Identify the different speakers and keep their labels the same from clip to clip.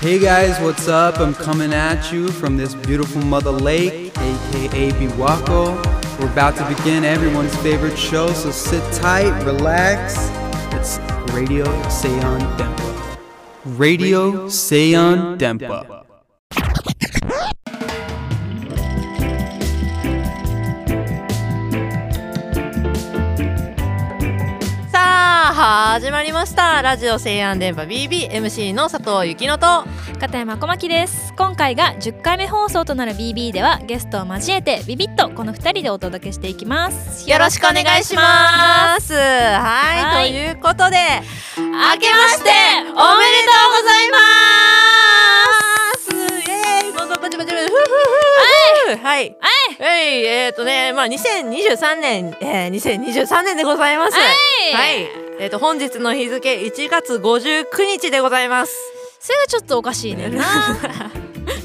Speaker 1: Hey guys, what's up? I'm coming at you from this beautiful mother lake, aka Biwako. We're about to begin everyone's favorite show, so sit tight, relax. It's Radio Seon Dempa. Radio Seon Dempa.
Speaker 2: さあ始まりましたラジオ西安電波 BBMC の佐藤幸乃と
Speaker 3: 片山小牧です今回が10回目放送となる BB ではゲストを交えてビビッとこの2人でお届けしていきます
Speaker 2: よろしくお願いしますはい
Speaker 3: はい
Speaker 2: ということで明けましておめでとうございますイエーイバンバンバチバチバチふうふうふうはいはいえっ、とねまあ2023年、えー、2023年でございます
Speaker 3: はい
Speaker 2: はいえっ、と本日の日付1月59日でございます
Speaker 3: それがちょっとおかしいねんな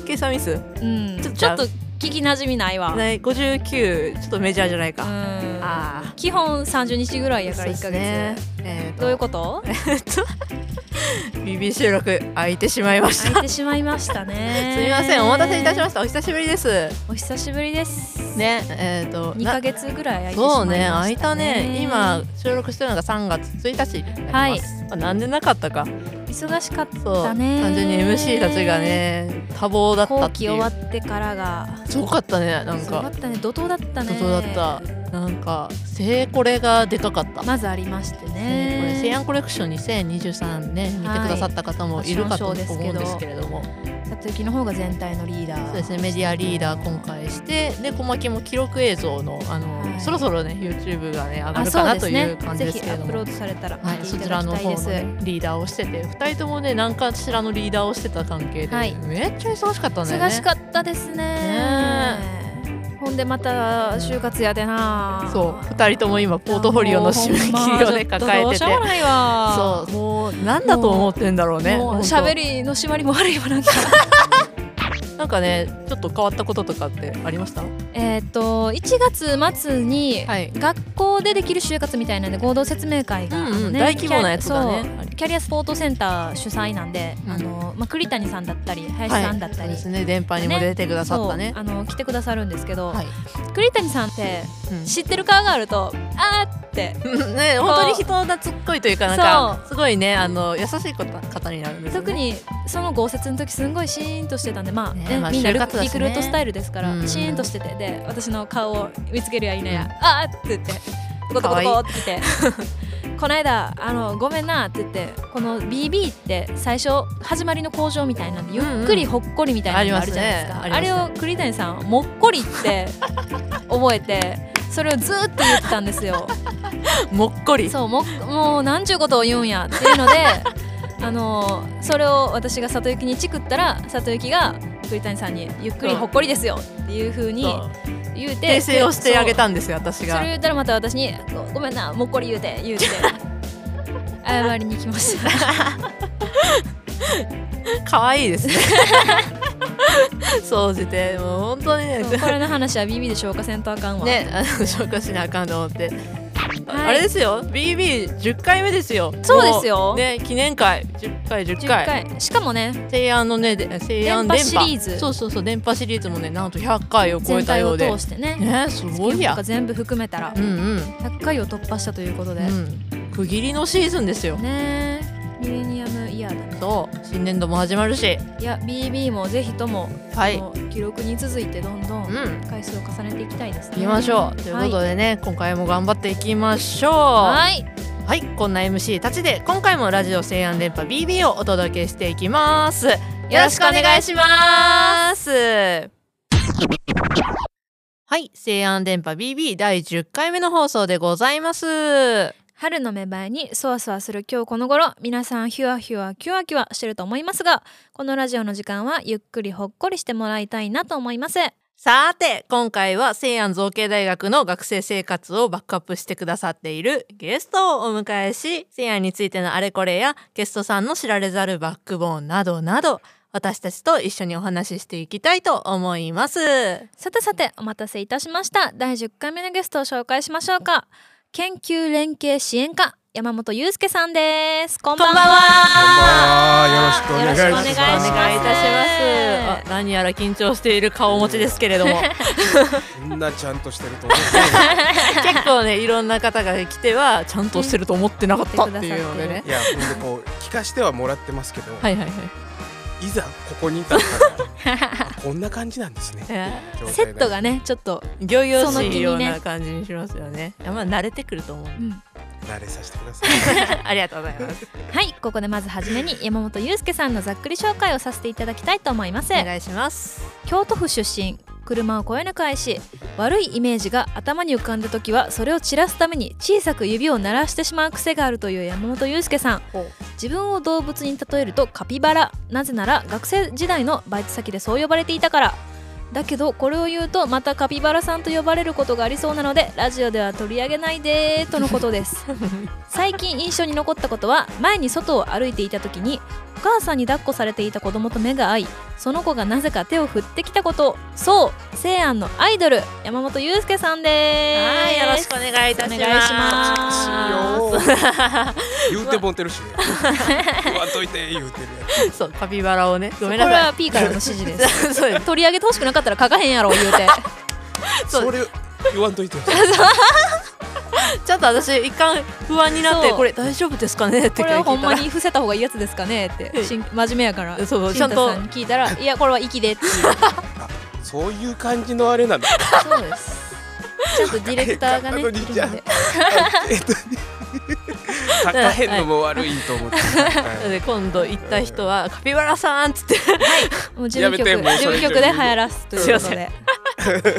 Speaker 2: 計算ミス
Speaker 3: うん
Speaker 2: ち
Speaker 3: ち
Speaker 2: ょ
Speaker 3: ょ
Speaker 2: っと
Speaker 3: っと聞きなじみないわ
Speaker 2: ね59ちょっとメジャーじゃないか、
Speaker 3: うん
Speaker 2: ああ
Speaker 3: 基本30日ぐらいやから1ヶ月、
Speaker 2: えーと
Speaker 3: どうい うこと
Speaker 2: ビビ収録空いてしまいました
Speaker 3: 空いてしまいました ね
Speaker 2: すみませんお待たせいたし
Speaker 3: し
Speaker 2: ましたお久しぶりです
Speaker 3: たお久しぶりです
Speaker 2: ねえー、と
Speaker 3: 2
Speaker 2: な
Speaker 3: ヶ月ぐらい空いてしまいましたね
Speaker 2: そうね空いたね今収録してるのが3月1日になります、まあ、なんでなかったか
Speaker 3: 忙しかった
Speaker 2: そう
Speaker 3: だ
Speaker 2: 単
Speaker 3: ね
Speaker 2: 純に MC たちがね多忙だった
Speaker 3: 後
Speaker 2: って
Speaker 3: 期
Speaker 2: い
Speaker 3: 終わ
Speaker 2: う
Speaker 3: ってからが
Speaker 2: すごかったねなん
Speaker 3: すごか
Speaker 2: か
Speaker 3: ったね怒涛だったね
Speaker 2: 怒涛だったなんかせいこれがでかかった
Speaker 3: まずありまして
Speaker 2: ねこれ西
Speaker 3: ね
Speaker 2: 安コレクション2023ね見てくださった方もいるかと
Speaker 3: はいファッションショーですけど
Speaker 2: 思うんですけれども、
Speaker 3: 里行の方が全体のリーダー
Speaker 2: そうですねメディアリーダー今回してで小牧も記録映像のあの、
Speaker 3: はい
Speaker 2: そろそろね YouTube がね上が
Speaker 3: あ
Speaker 2: るか
Speaker 3: そう
Speaker 2: な
Speaker 3: で
Speaker 2: と
Speaker 3: す
Speaker 2: い
Speaker 3: ね
Speaker 2: う感じ
Speaker 3: ぜ
Speaker 2: で
Speaker 3: ひ
Speaker 2: すけ
Speaker 3: ア
Speaker 2: れど
Speaker 3: ップ
Speaker 2: も
Speaker 3: ロー。ドされたら
Speaker 2: は
Speaker 3: 見
Speaker 2: い、
Speaker 3: て
Speaker 2: そ
Speaker 3: い
Speaker 2: ち
Speaker 3: た
Speaker 2: ら
Speaker 3: だき
Speaker 2: の
Speaker 3: たい
Speaker 2: 方
Speaker 3: で
Speaker 2: の
Speaker 3: す、
Speaker 2: ねリーダーをしてて2人ともね何かしらのリーダーをしてた関係で、
Speaker 3: はい
Speaker 2: めっちゃ忙しかったんだよね
Speaker 3: 忙しかったですねほんでまた就活やでな
Speaker 2: そう2人とも今ポートフォリオの締め切りをね抱えてて
Speaker 3: もうほんまちょっとどうしようもないわ
Speaker 2: そうもうなんだと思ってんだろうね
Speaker 3: もう
Speaker 2: 本当
Speaker 3: 喋りの締まりも悪いわな んか
Speaker 2: なんかねちょっと変わったこととかってありました
Speaker 3: えっと1月末に
Speaker 2: はい
Speaker 3: 学校でできる就活みたいなんで合同説明会が、
Speaker 2: うんうん
Speaker 3: あのね
Speaker 2: 大規模なやつだね
Speaker 3: キャそうキャリアスポートセンター主催なんで、
Speaker 2: うん
Speaker 3: あのまあ、栗谷さんだったり林
Speaker 2: はい
Speaker 3: さんだった
Speaker 2: そう
Speaker 3: り、
Speaker 2: ですね電波にも出てくださったね
Speaker 3: そうあの来てくださるんですけど、
Speaker 2: はい、
Speaker 3: 栗谷さんって
Speaker 2: うん
Speaker 3: 知ってる顔があるとあーって
Speaker 2: ね本当に人懐っこいというかなんかすごいねあの優しい方方になるんですよね
Speaker 3: 特にその豪雪の時すんごいシーンとしてたんでまあ、
Speaker 2: ね
Speaker 3: ね
Speaker 2: まあ
Speaker 3: みんな
Speaker 2: 就
Speaker 3: リ
Speaker 2: 活だしね
Speaker 3: リクルートスタイルですから、
Speaker 2: うん
Speaker 3: シーンとしててで私の顔を見つけるや否や、あーって言ってゴトゴトゴトってきて。 この間あのごめんなって言ってこの BB って最初始まりの工場みたいなんでゆっくりほっこりみたいなのがあるじゃないですか、
Speaker 2: ありま
Speaker 3: あ
Speaker 2: すねありますね
Speaker 3: れを栗谷さんもっこりって覚えてそれをずーっと言ってたんですよ
Speaker 2: もっこり
Speaker 3: そうももう何ちゅうことを言うんやっていうので あのそれを私が里行にチクったら里行が栗谷さんに「ゆっくりほっこりですよ」っていうふうに
Speaker 2: そう
Speaker 3: 言うて
Speaker 2: 訂正をしてあげたんですよ私
Speaker 3: そうそれを
Speaker 2: が
Speaker 3: 言ったらまた私に「ごごめんなもっこり言う て」言うて謝りに来ました
Speaker 2: 可愛いです ね総じてもう本当にね
Speaker 3: そうこれの話は BB で消化せんとあかんわ、
Speaker 2: ねあの紹介しなあかんと思って、ああ
Speaker 3: はい
Speaker 2: れですよ BB10 回目ですよ
Speaker 3: そうですよ
Speaker 2: もうね記念会10回10
Speaker 3: 10
Speaker 2: 回
Speaker 3: 回しかもね
Speaker 2: 西安のねで西安
Speaker 3: 電波シリーズ
Speaker 2: そうそうそう電波シリーズもねなんと100回を超え
Speaker 3: 全
Speaker 2: た
Speaker 3: 体
Speaker 2: よ
Speaker 3: を
Speaker 2: うで
Speaker 3: 通してね
Speaker 2: ねすごい
Speaker 3: 月曜日と
Speaker 2: や
Speaker 3: か全部含めたら
Speaker 2: うんうん
Speaker 3: 100回を突破したということで、
Speaker 2: うん、区切りのシーズンですよ。
Speaker 3: ねミレニアムイヤーだね
Speaker 2: そう新年度も始まるし、
Speaker 3: いや BB もぜひとも、
Speaker 2: はい
Speaker 3: この記録に続いてどんどん
Speaker 2: うん
Speaker 3: 回数を重ねていきたいですね。
Speaker 2: 行きましょう。ということでね、今回も頑張っていきましょう。は
Speaker 3: はい、
Speaker 2: い、こんな MC たちで今回もラジオ西安電波 BB をお届けしていきます。よろしくお願いします。はい、西安電波 BB 第10回目の放送でございます。
Speaker 3: 春の芽生えにそわそわする今日この頃皆さんヒュワヒュワキュワキュワしてると思いますがこのラジオの時間はゆっくりほっこりしてもらいたいなと思います。
Speaker 2: さて今回は西安造形大学の学生生活をバックアップしてくださっているゲストをお迎えし西安についてのあれこれやゲストさんの知られざるバックボーンなどなど私たちと一緒にお話ししていきたいと思います。
Speaker 3: さてさてお待たせいたしました第10回目のゲストを紹介しましょうか研究連携支援課山本裕介さんですこんば
Speaker 2: こん
Speaker 3: んは
Speaker 2: ばんは
Speaker 1: こんばんはよろしくお願いします
Speaker 3: 願いします
Speaker 2: お願いいたしますあ何やら緊張している顔持ちですけれども
Speaker 4: みんなちゃんとしてると思う
Speaker 2: 結構ねいろんな方が来てはちゃんとしてると思ってなかったっていうのでね
Speaker 4: いやほんでこう聞かしてはもらってますけど、
Speaker 2: はいはいはい
Speaker 4: い、ざここにいたからあこんな感じなんですねっていう状態で
Speaker 3: セットがねちょっと、
Speaker 2: 行々
Speaker 3: その気
Speaker 2: しい
Speaker 3: に
Speaker 2: よう
Speaker 3: ね
Speaker 2: な感じにしますよねいやまあ慣れてくると思う
Speaker 4: 慣れさせてください
Speaker 2: ありがとうございます
Speaker 3: はいここでまずはじめに山本裕介さんのざっくり紹介をさせていただきたいと思います
Speaker 2: お願いします
Speaker 3: 京都府出身車をこよなく愛し悪いイメージが頭に浮かんだ時はそれを散らすために小さく指を鳴らしてしまう癖があるという山本裕介さん
Speaker 2: ほう
Speaker 3: 自分を動物に例えるとカピバラなぜなら学生時代のバイト先でそう呼ばれていたからだけどこれを言うとまたカピバラさんと呼ばれることがありそうなのでラジオでは取り上げないでーとのことです 最近印象に残ったことは前に外を歩いていた時にお母さんに抱っこされていた子供と目が合いその子がなぜか手を振ってきたことそう西安のアイドル山本裕介さんです
Speaker 2: はいよろしくお願いいたします
Speaker 3: お願いします
Speaker 4: 言うてぼんてる しね言わんといて言うてる
Speaker 2: そうカピバラをねご
Speaker 3: こ
Speaker 2: め
Speaker 3: れ
Speaker 2: んなさ
Speaker 3: は P からの指示です
Speaker 2: い そうです
Speaker 3: 取り上げてほしくなかったら書かへんやろ言うて
Speaker 4: やつ
Speaker 2: そう
Speaker 4: それ言わんとい てよ
Speaker 2: ちょっと私一貫不安になって
Speaker 3: そう
Speaker 2: これ大丈夫ですかねって聞い
Speaker 3: これ
Speaker 2: たら
Speaker 3: はほんまに伏せた方がいいやつですかねってしん真面目やから
Speaker 2: そう
Speaker 3: 慎太
Speaker 2: ちゃんと
Speaker 3: さんに聞いた らいやこれは息でっていう
Speaker 4: そういう感じのあれなんだ
Speaker 3: そうですちゃんとディレクター がねい
Speaker 4: な
Speaker 3: る
Speaker 4: のに
Speaker 3: の
Speaker 4: じゃあ
Speaker 3: で
Speaker 4: えっと書かへんのも悪いと思って、
Speaker 2: なの
Speaker 4: は
Speaker 2: で今度行った人はカピバラさんっつって
Speaker 3: もう事務局
Speaker 4: やめて
Speaker 3: 事
Speaker 4: もうそれ
Speaker 3: 務
Speaker 4: 以上
Speaker 3: 局で流行らすということ
Speaker 2: すいま
Speaker 3: で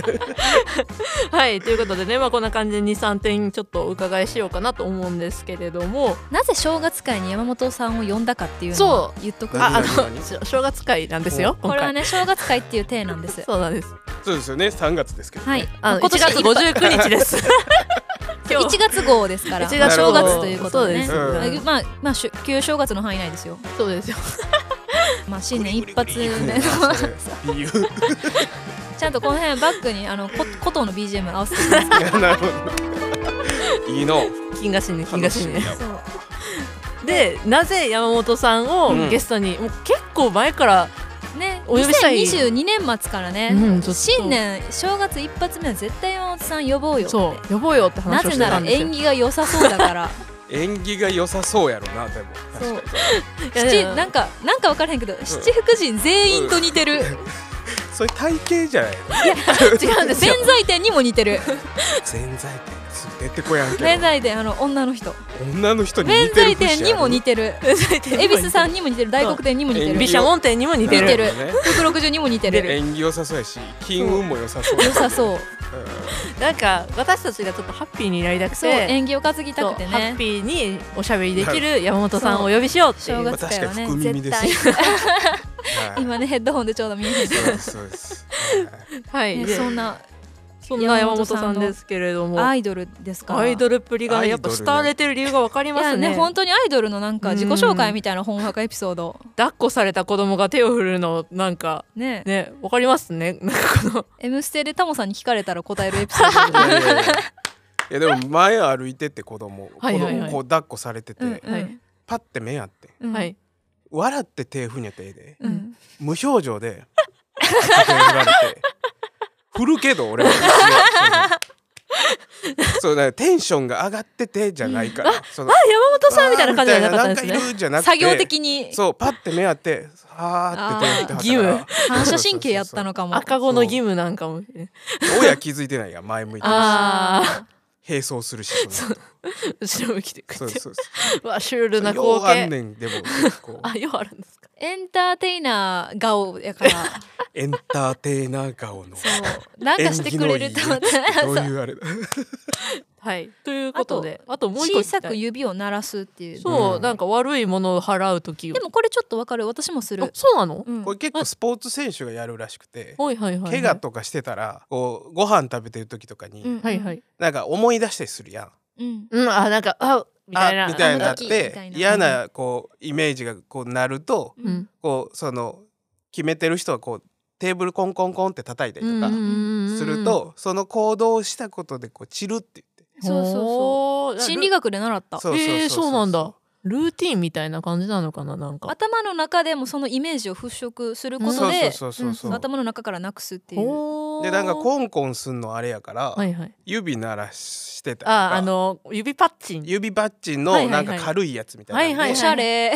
Speaker 2: はいということでね、まあ、こんな感じで23点ちょっとお伺いしようかなと思うんですけれども
Speaker 3: なぜ正月会に山本さんを呼んだかっていうのを言っとく
Speaker 4: 何
Speaker 2: ああ
Speaker 4: 何何
Speaker 2: のし正月会なんですよ
Speaker 3: こ
Speaker 2: 今
Speaker 3: れ
Speaker 2: 回
Speaker 3: はね正月会っていう体なんです
Speaker 2: そうなんです
Speaker 4: い、そうですよね3月ですけど、ね
Speaker 3: はい
Speaker 2: あの
Speaker 3: 今
Speaker 2: 1
Speaker 3: 年
Speaker 2: 月59日です 今
Speaker 3: 1月号ですから
Speaker 2: 1
Speaker 4: 月号
Speaker 3: 正月ということでね
Speaker 4: そうです
Speaker 3: まあまあしゅ旧正月の範囲内ですよ
Speaker 2: そうですよ
Speaker 3: まあ新年一発目の
Speaker 4: それ理由
Speaker 3: ちゃんとこの辺バックにあのこ古藤の BGM 合わせてます
Speaker 4: いやなるほどいいの
Speaker 2: 金河新年金河新年
Speaker 4: 楽し
Speaker 3: そう
Speaker 2: でなぜ山本さん
Speaker 4: う
Speaker 2: を
Speaker 4: ん
Speaker 2: ゲストに、もう結構前から
Speaker 3: ね、
Speaker 2: お呼びしたい
Speaker 3: 2022年末からね、
Speaker 2: うんちょっと
Speaker 3: 新年正月一発目は絶対山本さん呼ぼうよって
Speaker 2: そう呼ぼうよって
Speaker 3: な
Speaker 2: 話を
Speaker 3: ぜ
Speaker 2: して
Speaker 3: な
Speaker 2: た
Speaker 3: ら
Speaker 2: んですよ
Speaker 3: 縁起が良さそうだ から
Speaker 4: 縁起が良さそうやろなでも
Speaker 3: そう
Speaker 4: 確か
Speaker 2: いやい
Speaker 3: 七
Speaker 2: や
Speaker 3: なんかなんか分からへんけど、七福神全員と似てる、
Speaker 4: にそういう体型じゃ ない
Speaker 2: 違うんですよ
Speaker 3: 弁財天にも似てる
Speaker 4: 全財天すぐ出てこやんけど
Speaker 3: 弁財天あの女の人
Speaker 4: 女の人に
Speaker 3: 弁
Speaker 4: 似てる
Speaker 3: 財
Speaker 4: 節ある
Speaker 3: 天にも似てる恵比寿さんにも似てる大黒天にも似て
Speaker 4: そう
Speaker 3: る
Speaker 2: 毘沙門天にも似て
Speaker 3: 似
Speaker 2: る
Speaker 3: てる
Speaker 4: なるほどね
Speaker 3: 福六十にも似てる
Speaker 4: 縁起良さそうやし金運も良さそう
Speaker 3: 良さそう
Speaker 2: なんか私たちがちょっとハッピーになりたくて
Speaker 3: そう縁起を担ぎた
Speaker 2: そう
Speaker 3: くて
Speaker 2: ハッ
Speaker 3: ね
Speaker 2: ピーにおしゃべりできる山本さんをお呼びしようってい
Speaker 3: 正
Speaker 2: う
Speaker 4: まあ確
Speaker 3: 月会
Speaker 4: か
Speaker 3: は
Speaker 4: に
Speaker 3: ね
Speaker 4: 福耳です
Speaker 3: 絶対
Speaker 4: はい
Speaker 3: 今ねヘッドホンでちょうど見えへんけ
Speaker 4: そうですそうですはい
Speaker 2: はい、
Speaker 3: ど、ね、
Speaker 2: で
Speaker 3: そんな
Speaker 2: そんな山本さんですけれども
Speaker 3: ア
Speaker 2: ア
Speaker 3: イドルですから
Speaker 2: イドルっぷりがねやっぱ
Speaker 4: アイドル
Speaker 2: 慕
Speaker 4: ね
Speaker 2: われてる理由がわかり
Speaker 3: い
Speaker 2: ます
Speaker 3: や
Speaker 2: ね
Speaker 3: ね本当にアイドルのなんか自己紹介みたいな本格エピソード
Speaker 2: 抱っこされた子供が手を振るのなんか
Speaker 3: ね
Speaker 2: ねわかりますねなんかこの
Speaker 3: 「M ステ」でタモさんに聞かれたら答えるエピソード
Speaker 4: いやいやいやいやでも前歩いてて子供子
Speaker 2: はいはいはい
Speaker 4: 供こう抱っこされ て
Speaker 3: うん
Speaker 4: て
Speaker 3: うん
Speaker 2: はい
Speaker 4: パッて目あって
Speaker 3: うん
Speaker 2: はい
Speaker 4: 笑って手ふにゃってええで
Speaker 3: うん
Speaker 4: 無表情で手振られて振るけど俺は一応そうそうそうだからテンションが上がっててじゃないからその
Speaker 2: あ山本さんみたいな感じじゃなかったんです
Speaker 4: あーみたいな
Speaker 2: ね
Speaker 4: なんかいるじゃなくて
Speaker 3: 作業的に
Speaker 4: そうパッて目あってはーって手振ってはったから
Speaker 3: 反射神経やったのかも
Speaker 2: 赤子の義務なんかも
Speaker 4: 親気づいてないやん前向いてるし
Speaker 2: あ
Speaker 4: 並走するしその後
Speaker 2: ー後ろ向きてく
Speaker 4: そう
Speaker 2: って
Speaker 4: そうそう
Speaker 2: わシュールな
Speaker 4: よ
Speaker 2: 光
Speaker 4: うあん
Speaker 2: 景
Speaker 4: ねんでもこう
Speaker 2: あようあるんですか
Speaker 3: エンターテイナー顔やから
Speaker 4: エンターテイナー顔の
Speaker 3: そうなんかしてくれると思
Speaker 4: 演
Speaker 3: っ
Speaker 4: 技のいいど
Speaker 3: て
Speaker 4: ういうあれだ
Speaker 2: はいということであともう一個
Speaker 3: 小
Speaker 2: 聞きた
Speaker 3: さ
Speaker 2: い
Speaker 3: く指を鳴らすっていう
Speaker 2: そう、
Speaker 4: うん
Speaker 2: なんか悪いものを払う時を
Speaker 3: でもこれちょっとわかる私もす
Speaker 2: あ
Speaker 3: る、
Speaker 2: そうなの、
Speaker 3: うん
Speaker 4: これ結構スポーツ選手がやるらしくて
Speaker 2: はいはいはいはい
Speaker 4: 怪我とかしてたらこうご飯食べてる時とか
Speaker 3: うん
Speaker 4: に
Speaker 2: はいはい
Speaker 4: なんか思い出したりするやん
Speaker 3: うん
Speaker 2: うんあなんかあみたいな
Speaker 4: あみたいになっ
Speaker 3: あの時みた
Speaker 4: て
Speaker 3: いな
Speaker 4: 嫌なこうイメージがこうなると
Speaker 2: うんうん
Speaker 4: こうその決めてる人はこうテーブルコンコンコンって叩いたりとか
Speaker 2: うんうんうん
Speaker 4: するとその行動をしたことでこう散るって言って
Speaker 3: そうそうそう
Speaker 2: ほー
Speaker 3: 心理学で習った
Speaker 4: そうそうそうそう
Speaker 2: えーそうなんだルーティンみたいな感じなのかななんか。
Speaker 3: 頭の中でもそのイメージを払拭するこ
Speaker 4: そ
Speaker 3: と
Speaker 4: う
Speaker 3: で、
Speaker 4: そうそうそうそう
Speaker 3: 頭の中からなくすっていう。
Speaker 2: ほー
Speaker 4: でなんかコンコンすんのあれやから、
Speaker 2: はいはい。
Speaker 4: 指鳴らしてたりと
Speaker 2: あ
Speaker 4: か
Speaker 2: あの指パッチン。
Speaker 4: 指バッジ
Speaker 2: はい
Speaker 4: の
Speaker 2: は
Speaker 4: ないん
Speaker 2: はい
Speaker 4: か軽いやつみたいなので、
Speaker 2: はい
Speaker 3: おしゃれ。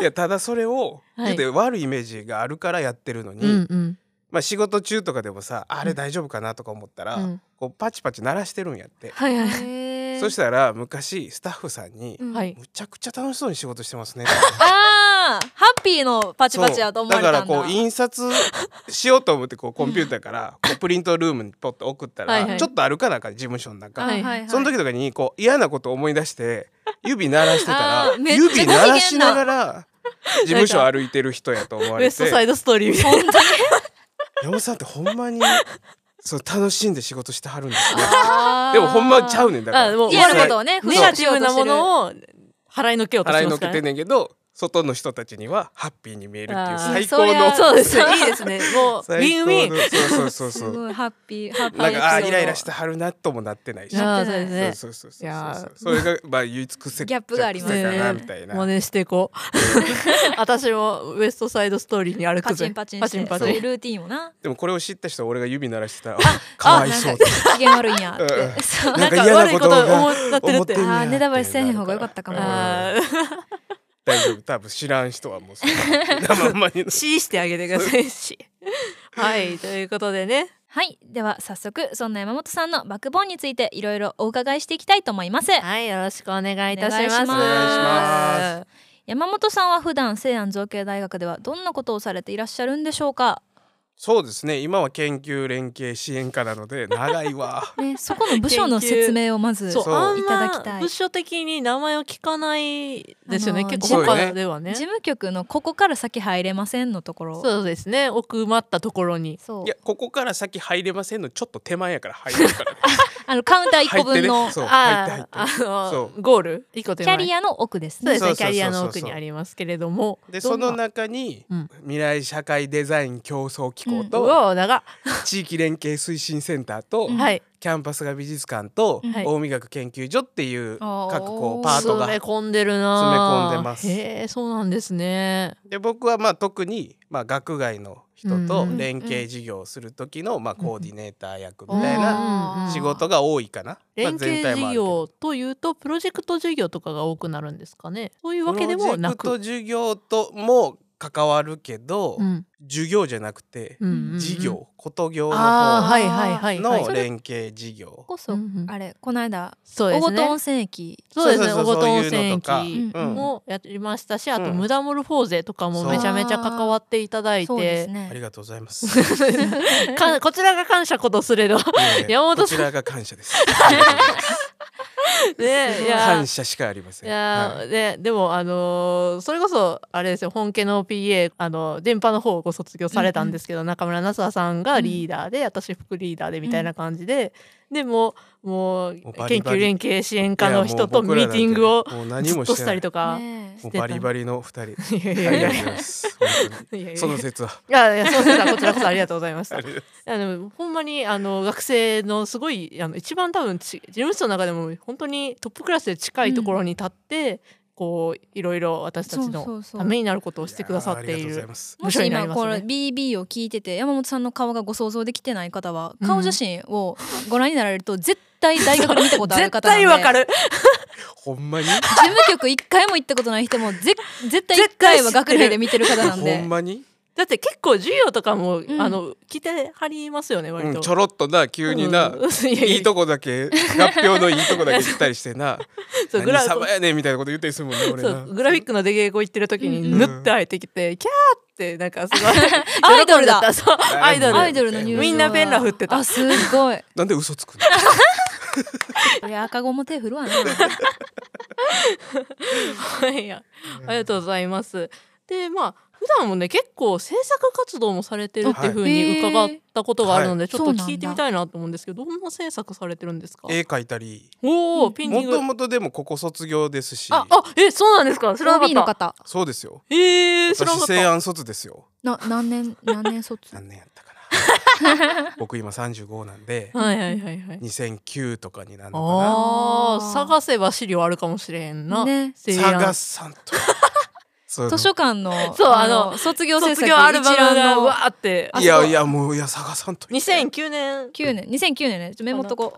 Speaker 4: いやただそれを、
Speaker 2: はい
Speaker 4: で悪いイメージがあるからやってるのに、
Speaker 2: うんうん。
Speaker 4: まあ、仕事中とかでもさあれ大丈夫かなとか思ったら、
Speaker 2: うん
Speaker 4: こうパチパチ鳴らしてるんやって、
Speaker 2: はいはい。
Speaker 3: へー
Speaker 4: そしたら昔スタッフさんに
Speaker 3: うん
Speaker 2: はい。
Speaker 4: むちゃくちゃ楽しそうに仕事してますね。
Speaker 3: あーハッピーのパチパチやと
Speaker 4: そう
Speaker 3: 思わ
Speaker 4: だ
Speaker 3: れた
Speaker 4: か
Speaker 3: んだ。
Speaker 4: らこう印刷しようと思ってこうコンピューター からこうプリントルームにポッと送ったら
Speaker 2: はいはい
Speaker 4: ちょっと歩かなあかん事務所の中、
Speaker 2: はい
Speaker 4: その時とかにこう嫌なこと思い出して指鳴らしてた
Speaker 3: あ
Speaker 4: ら
Speaker 3: ーめっちゃ
Speaker 4: 指鳴らしながら事務所歩いてる人やと思わ
Speaker 2: ウエ
Speaker 4: れ
Speaker 2: ストサイ
Speaker 4: て
Speaker 2: ドストーリーみたいな。
Speaker 4: 山本さんってほんまにそう楽しんで仕事してはるんですね
Speaker 3: あ
Speaker 4: で
Speaker 3: ー
Speaker 4: もほんまちゃうねんだか
Speaker 2: あ
Speaker 4: ら
Speaker 2: もう
Speaker 4: 実際
Speaker 3: 嫌なことをね、
Speaker 2: ネガティブなものを払いのけようとし
Speaker 4: 払い
Speaker 2: ま
Speaker 4: の
Speaker 2: す
Speaker 4: け
Speaker 2: から
Speaker 4: て
Speaker 2: ね。
Speaker 4: んねんけど外の人たちにはハッピーに見えるってい
Speaker 2: あ
Speaker 4: う
Speaker 2: ー
Speaker 4: 最高の
Speaker 2: そうですね。いいですね。もうウ
Speaker 4: 最
Speaker 2: ィン
Speaker 4: 高
Speaker 2: ウ
Speaker 4: の
Speaker 2: ィン。
Speaker 4: そうそうそう
Speaker 3: す
Speaker 4: そう
Speaker 3: ごいハッピー、ハッピー。
Speaker 4: なんかあーイライラして。はるなともなってないし
Speaker 2: あ
Speaker 3: な
Speaker 2: ーそうですね。
Speaker 4: そうそうそうそう
Speaker 2: いや
Speaker 4: それがまあ唯一屈折
Speaker 3: ギャップがありま
Speaker 4: だ
Speaker 3: す
Speaker 4: な
Speaker 2: ね
Speaker 4: みたいな
Speaker 2: 真似していこう。 私もウエストサイドストーリーに歩
Speaker 3: パ
Speaker 2: く
Speaker 3: チ
Speaker 2: ぜ。
Speaker 3: ンパチンして。
Speaker 2: パ
Speaker 3: そう
Speaker 2: チン
Speaker 3: いうルーティンをな。
Speaker 4: でもこれを知った人は俺が指鳴らしてたらあかわいそうって
Speaker 3: 機嫌悪いんやっ
Speaker 4: うん
Speaker 3: て。そう
Speaker 4: なんか嫌なことが
Speaker 2: なんか悪いこと思っなってるって
Speaker 4: 思ってんねや
Speaker 3: あーネタバレせえへん方がよかったかも
Speaker 4: うん
Speaker 2: あー
Speaker 4: 大丈夫多分知らん人はもうそん なまんまに
Speaker 2: シーしてあげてくださいし。はいということでね。
Speaker 3: はい。では早速、そんな山本さんのバックボーンについていろいろお伺いしていきたいと思います。
Speaker 2: はいよろしくお願いいたします。
Speaker 3: お願いしますお
Speaker 4: 願いしま
Speaker 3: 山本さんは普段西安造形大学ではどんなことをされていらっしゃるんでしょうか。
Speaker 4: そうですね今は研究連携支援課なので長いわ
Speaker 3: ね、そこの部署の説明をま ず。
Speaker 2: そう
Speaker 4: そう
Speaker 2: あん
Speaker 3: いただき
Speaker 2: ま
Speaker 3: たい
Speaker 2: 部署的に名前を聞かないですよね。
Speaker 3: あのー
Speaker 2: 結構
Speaker 4: そうよ
Speaker 2: 他
Speaker 4: ね
Speaker 2: ではね。
Speaker 3: 事務局のここから先入れませんのところ。
Speaker 2: そうですね奥まったところに
Speaker 3: そう
Speaker 4: いやここから先入れませんのちょっと手前やから入れる からね
Speaker 3: あのカウンター1個分
Speaker 4: 入
Speaker 3: の
Speaker 4: ってねそう入って入っ
Speaker 2: あ
Speaker 4: て
Speaker 2: あの
Speaker 4: そ
Speaker 2: ゴール一個
Speaker 3: キ
Speaker 2: 手前
Speaker 3: ャリアの奥です
Speaker 2: そうで
Speaker 3: ね。
Speaker 2: すねキ
Speaker 4: そうそうそうそう
Speaker 2: ャリアの奥にありますけれども
Speaker 4: で
Speaker 2: ど
Speaker 4: そ
Speaker 2: んな
Speaker 4: の中に、
Speaker 2: うん
Speaker 4: 未来社会デザイン競争機構
Speaker 2: う
Speaker 4: と、
Speaker 2: わ長っ
Speaker 4: 地域連携推進センターと、
Speaker 2: はい
Speaker 4: キャンパスが美術館と、
Speaker 2: はい
Speaker 4: 大見学研究所っていう
Speaker 3: あー
Speaker 4: 各こうパートが
Speaker 2: 詰め込んでるな
Speaker 4: 詰め込んでます
Speaker 2: へえそうなんですね
Speaker 4: で僕はまあ特にまあ学外の人と
Speaker 2: うんうん
Speaker 4: 連携事業をする時のまあコーディネーター役
Speaker 2: うん
Speaker 4: みたいな
Speaker 2: うん
Speaker 4: 仕事が多いかな、まあ、
Speaker 2: 連携事
Speaker 4: けど
Speaker 2: 業というとプロジェクト事業とかが多くなるんですかねそういうわけでもな
Speaker 4: プロ
Speaker 2: く
Speaker 4: ジェクト事業とも関わるけど、
Speaker 2: うん
Speaker 4: 授業じゃなくて
Speaker 2: うんうんうん
Speaker 4: 事業こと業の
Speaker 2: ああ
Speaker 4: 方
Speaker 2: はいはいはいはい
Speaker 4: の連携事業
Speaker 3: こそ、
Speaker 2: うんうん
Speaker 3: あれこの間
Speaker 2: そうで
Speaker 3: 大
Speaker 2: す
Speaker 3: ごと温
Speaker 2: ね
Speaker 3: 泉駅
Speaker 2: そうですね
Speaker 4: そうそうそ
Speaker 2: 小
Speaker 4: う
Speaker 2: ごと温
Speaker 4: そういう
Speaker 2: 泉
Speaker 4: のとか
Speaker 2: 駅
Speaker 3: うんうん
Speaker 2: もやりましたしあと
Speaker 4: うん
Speaker 2: 無駄モルフォーゼとかもめちゃめちゃ関わっていただい
Speaker 3: そう
Speaker 2: て
Speaker 3: です
Speaker 4: あり
Speaker 3: ね。
Speaker 4: がとうござい ます。い
Speaker 2: かこちらが感謝ことすれどね
Speaker 4: えいえ
Speaker 2: 山本
Speaker 4: こ
Speaker 2: さ
Speaker 4: ち
Speaker 2: ん
Speaker 4: らが感謝です。
Speaker 2: いや
Speaker 4: 感謝しかありませ
Speaker 2: い
Speaker 4: ん。
Speaker 2: や、
Speaker 4: はい
Speaker 2: ねでもあのーそれこそあれですよ本家の PA あの電波の方をご卒業されたんですけど、中村夏沙さんがリーダーで、私副リーダーでみたいな感じで、でもうもう
Speaker 4: もうバ
Speaker 2: 研
Speaker 4: リバ
Speaker 2: 究
Speaker 4: リ
Speaker 2: 連携支援課の人とミーティングを
Speaker 4: もう何
Speaker 2: ずっ
Speaker 4: も
Speaker 2: と
Speaker 4: して
Speaker 2: し
Speaker 4: な
Speaker 2: た
Speaker 4: い
Speaker 2: りとか。
Speaker 3: ね
Speaker 4: もうバリバリの二 人。
Speaker 2: いやい
Speaker 4: あ
Speaker 2: や
Speaker 4: り
Speaker 2: い
Speaker 4: が
Speaker 2: や
Speaker 4: とうご
Speaker 2: い
Speaker 4: ざいます。本当
Speaker 2: いやい や
Speaker 4: にその説は。
Speaker 2: やいやそうですこちらこそありがとうございました
Speaker 4: あ。りがとう
Speaker 2: あのほんまにあの学生のすごいあの一番多分ち事務室の中でも本当にトップクラスで近いところに立って、こういろいろ私たち
Speaker 3: そ
Speaker 2: の
Speaker 3: うそうそう
Speaker 2: ためになることをしてくださってい
Speaker 4: やありがとうござい
Speaker 2: る。
Speaker 4: ます。
Speaker 3: も
Speaker 2: 面
Speaker 3: し
Speaker 2: 白いな
Speaker 3: 今
Speaker 2: ります
Speaker 3: こ
Speaker 2: よ
Speaker 3: の
Speaker 2: ね
Speaker 3: BB を聞いてて山本さんの顔がご想像できてない方は
Speaker 2: うん
Speaker 3: 顔写真をご覧になられると絶対大学で見たことある
Speaker 2: 絶
Speaker 3: 方なん
Speaker 2: 対
Speaker 3: で
Speaker 2: わかる。
Speaker 4: ほんまに。
Speaker 3: 事務局一回も行ったことない人もぜ絶対一回は学内で見てる方なん
Speaker 4: ほ
Speaker 3: で
Speaker 4: んまに。
Speaker 2: だって結構授業とかも、
Speaker 3: ん
Speaker 2: あの来てはりますよね割
Speaker 4: う
Speaker 2: と。
Speaker 4: ん、ちょろっとな、急にな
Speaker 2: うん。 いやいや
Speaker 4: いいとこだけ、合票のいいとこだけ行ったりしてな。
Speaker 2: そうグラ
Speaker 4: 何様やねんみたいなこと言ったりするもんね、俺
Speaker 2: そ
Speaker 4: な
Speaker 2: う。グラフィックの出稽古行ってる時に
Speaker 3: うん
Speaker 2: ぬって入ってきて、キャーってなんかすごい
Speaker 3: アイドル
Speaker 2: 喜んじゃ
Speaker 3: だ
Speaker 2: ったそうアイドル
Speaker 3: アイドルの入場は
Speaker 2: みんなペンラ振ってた
Speaker 3: あすっごい
Speaker 4: なんで嘘つくの。
Speaker 3: これ赤子も手 振るわな
Speaker 2: はいやありがとうございます。でまあ普段もね結構制作活動もされてるっていうふうに
Speaker 3: はい
Speaker 2: 伺ったことがあるので、
Speaker 4: へ
Speaker 2: ちょっと聞いてみたいなと思うんですけどどんな制作されてるんですか
Speaker 4: 絵描いたり。
Speaker 2: おおペンギ
Speaker 4: も
Speaker 2: ング
Speaker 4: ともとでもここ卒業ですし。
Speaker 2: ああえそうなんですか知らなか
Speaker 3: OB の
Speaker 2: った
Speaker 3: 方
Speaker 4: そうですよ。
Speaker 2: えー、知らなか
Speaker 4: 私
Speaker 2: った
Speaker 4: 西安卒ですよ。
Speaker 3: な何年何年卒
Speaker 4: 何年やったかな。 僕今35なんで
Speaker 2: はいはいはいはい。
Speaker 4: 2009とかになるの
Speaker 2: あ
Speaker 3: あ
Speaker 2: あ
Speaker 3: ー
Speaker 2: 探せば資料あるかもしれへんな。
Speaker 3: ね
Speaker 2: せ
Speaker 4: かな
Speaker 2: いやん
Speaker 4: 探さんとそう
Speaker 3: 図書館の
Speaker 2: そうあの
Speaker 3: 卒業制
Speaker 2: 卒
Speaker 3: 作
Speaker 2: 業アルバム
Speaker 3: 一覧
Speaker 2: が
Speaker 3: の
Speaker 2: わーって。
Speaker 4: いやいやもういや探さんと
Speaker 2: 2009年。
Speaker 3: 9年2009年ねちょっとメモっとこ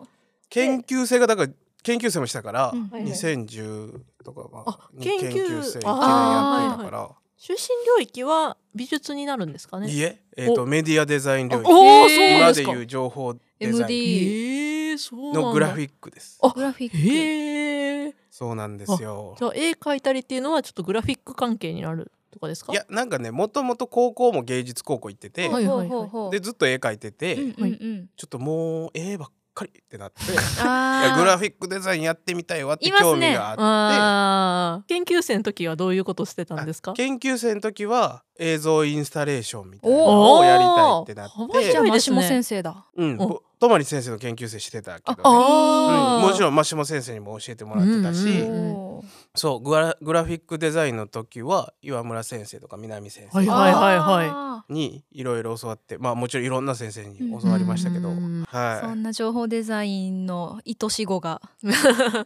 Speaker 4: 研究生がだから研究生もしたから、
Speaker 3: うんはい
Speaker 2: はい
Speaker 4: 2010とかは
Speaker 2: あ
Speaker 4: に
Speaker 2: 研
Speaker 4: 研
Speaker 2: 究
Speaker 4: 究生1年
Speaker 3: あー
Speaker 4: やってたから、
Speaker 2: 出身領域は美術になるんですかね。
Speaker 4: いええー、とメディアデザイン領域
Speaker 2: おお、
Speaker 3: えー
Speaker 2: そう
Speaker 4: 今
Speaker 2: なん
Speaker 4: で
Speaker 2: ですか
Speaker 4: い。う情報デザイ
Speaker 3: MD
Speaker 2: ええ、そう
Speaker 4: ン
Speaker 2: なんだ
Speaker 4: のグラフィックです
Speaker 2: あ
Speaker 3: うグラフィック
Speaker 2: へえ。
Speaker 4: そうなんですよ
Speaker 2: じゃあ絵描いたりっていうのはちょっとグラフィック関係になるとかですか。
Speaker 4: いやなんかねもともと高校も芸術高校行ってて、
Speaker 2: はいはいはい
Speaker 3: ほう
Speaker 4: でずっと絵描いてて、
Speaker 3: うんうんうん
Speaker 4: ちょっともう絵ばっかりって なってい
Speaker 3: あ
Speaker 4: や
Speaker 3: ー
Speaker 4: グラフィックデザインやってみたいわって
Speaker 3: いますね
Speaker 4: 興味があって
Speaker 2: ああ、研究生の時はどういうことしてたんですか。
Speaker 4: 研究生の時は映像インスタレーションみたいなのをやりたいってなっ
Speaker 2: おー
Speaker 4: て
Speaker 3: じゃ
Speaker 2: 面白
Speaker 3: あ
Speaker 2: い
Speaker 3: マ
Speaker 2: で
Speaker 3: シ
Speaker 2: す
Speaker 3: モ
Speaker 2: ね
Speaker 3: 先生だ
Speaker 4: うん、
Speaker 2: お
Speaker 4: ぼ泊先生の研究生してたけど、ね
Speaker 2: あ
Speaker 4: う
Speaker 2: ー
Speaker 4: ん、もちろん真下先生にも教えてもらってたし、
Speaker 2: うん
Speaker 3: おー
Speaker 4: そうグラグラフィックデザインの時は岩村先生とか南先
Speaker 2: はい
Speaker 4: 生
Speaker 2: はいはい
Speaker 3: あ
Speaker 4: にいろいろ教わってまあもちろんいろんな先生に教わりましたけど、
Speaker 2: うん
Speaker 3: ーそ
Speaker 4: は
Speaker 3: んな情報デザインの愛し 子が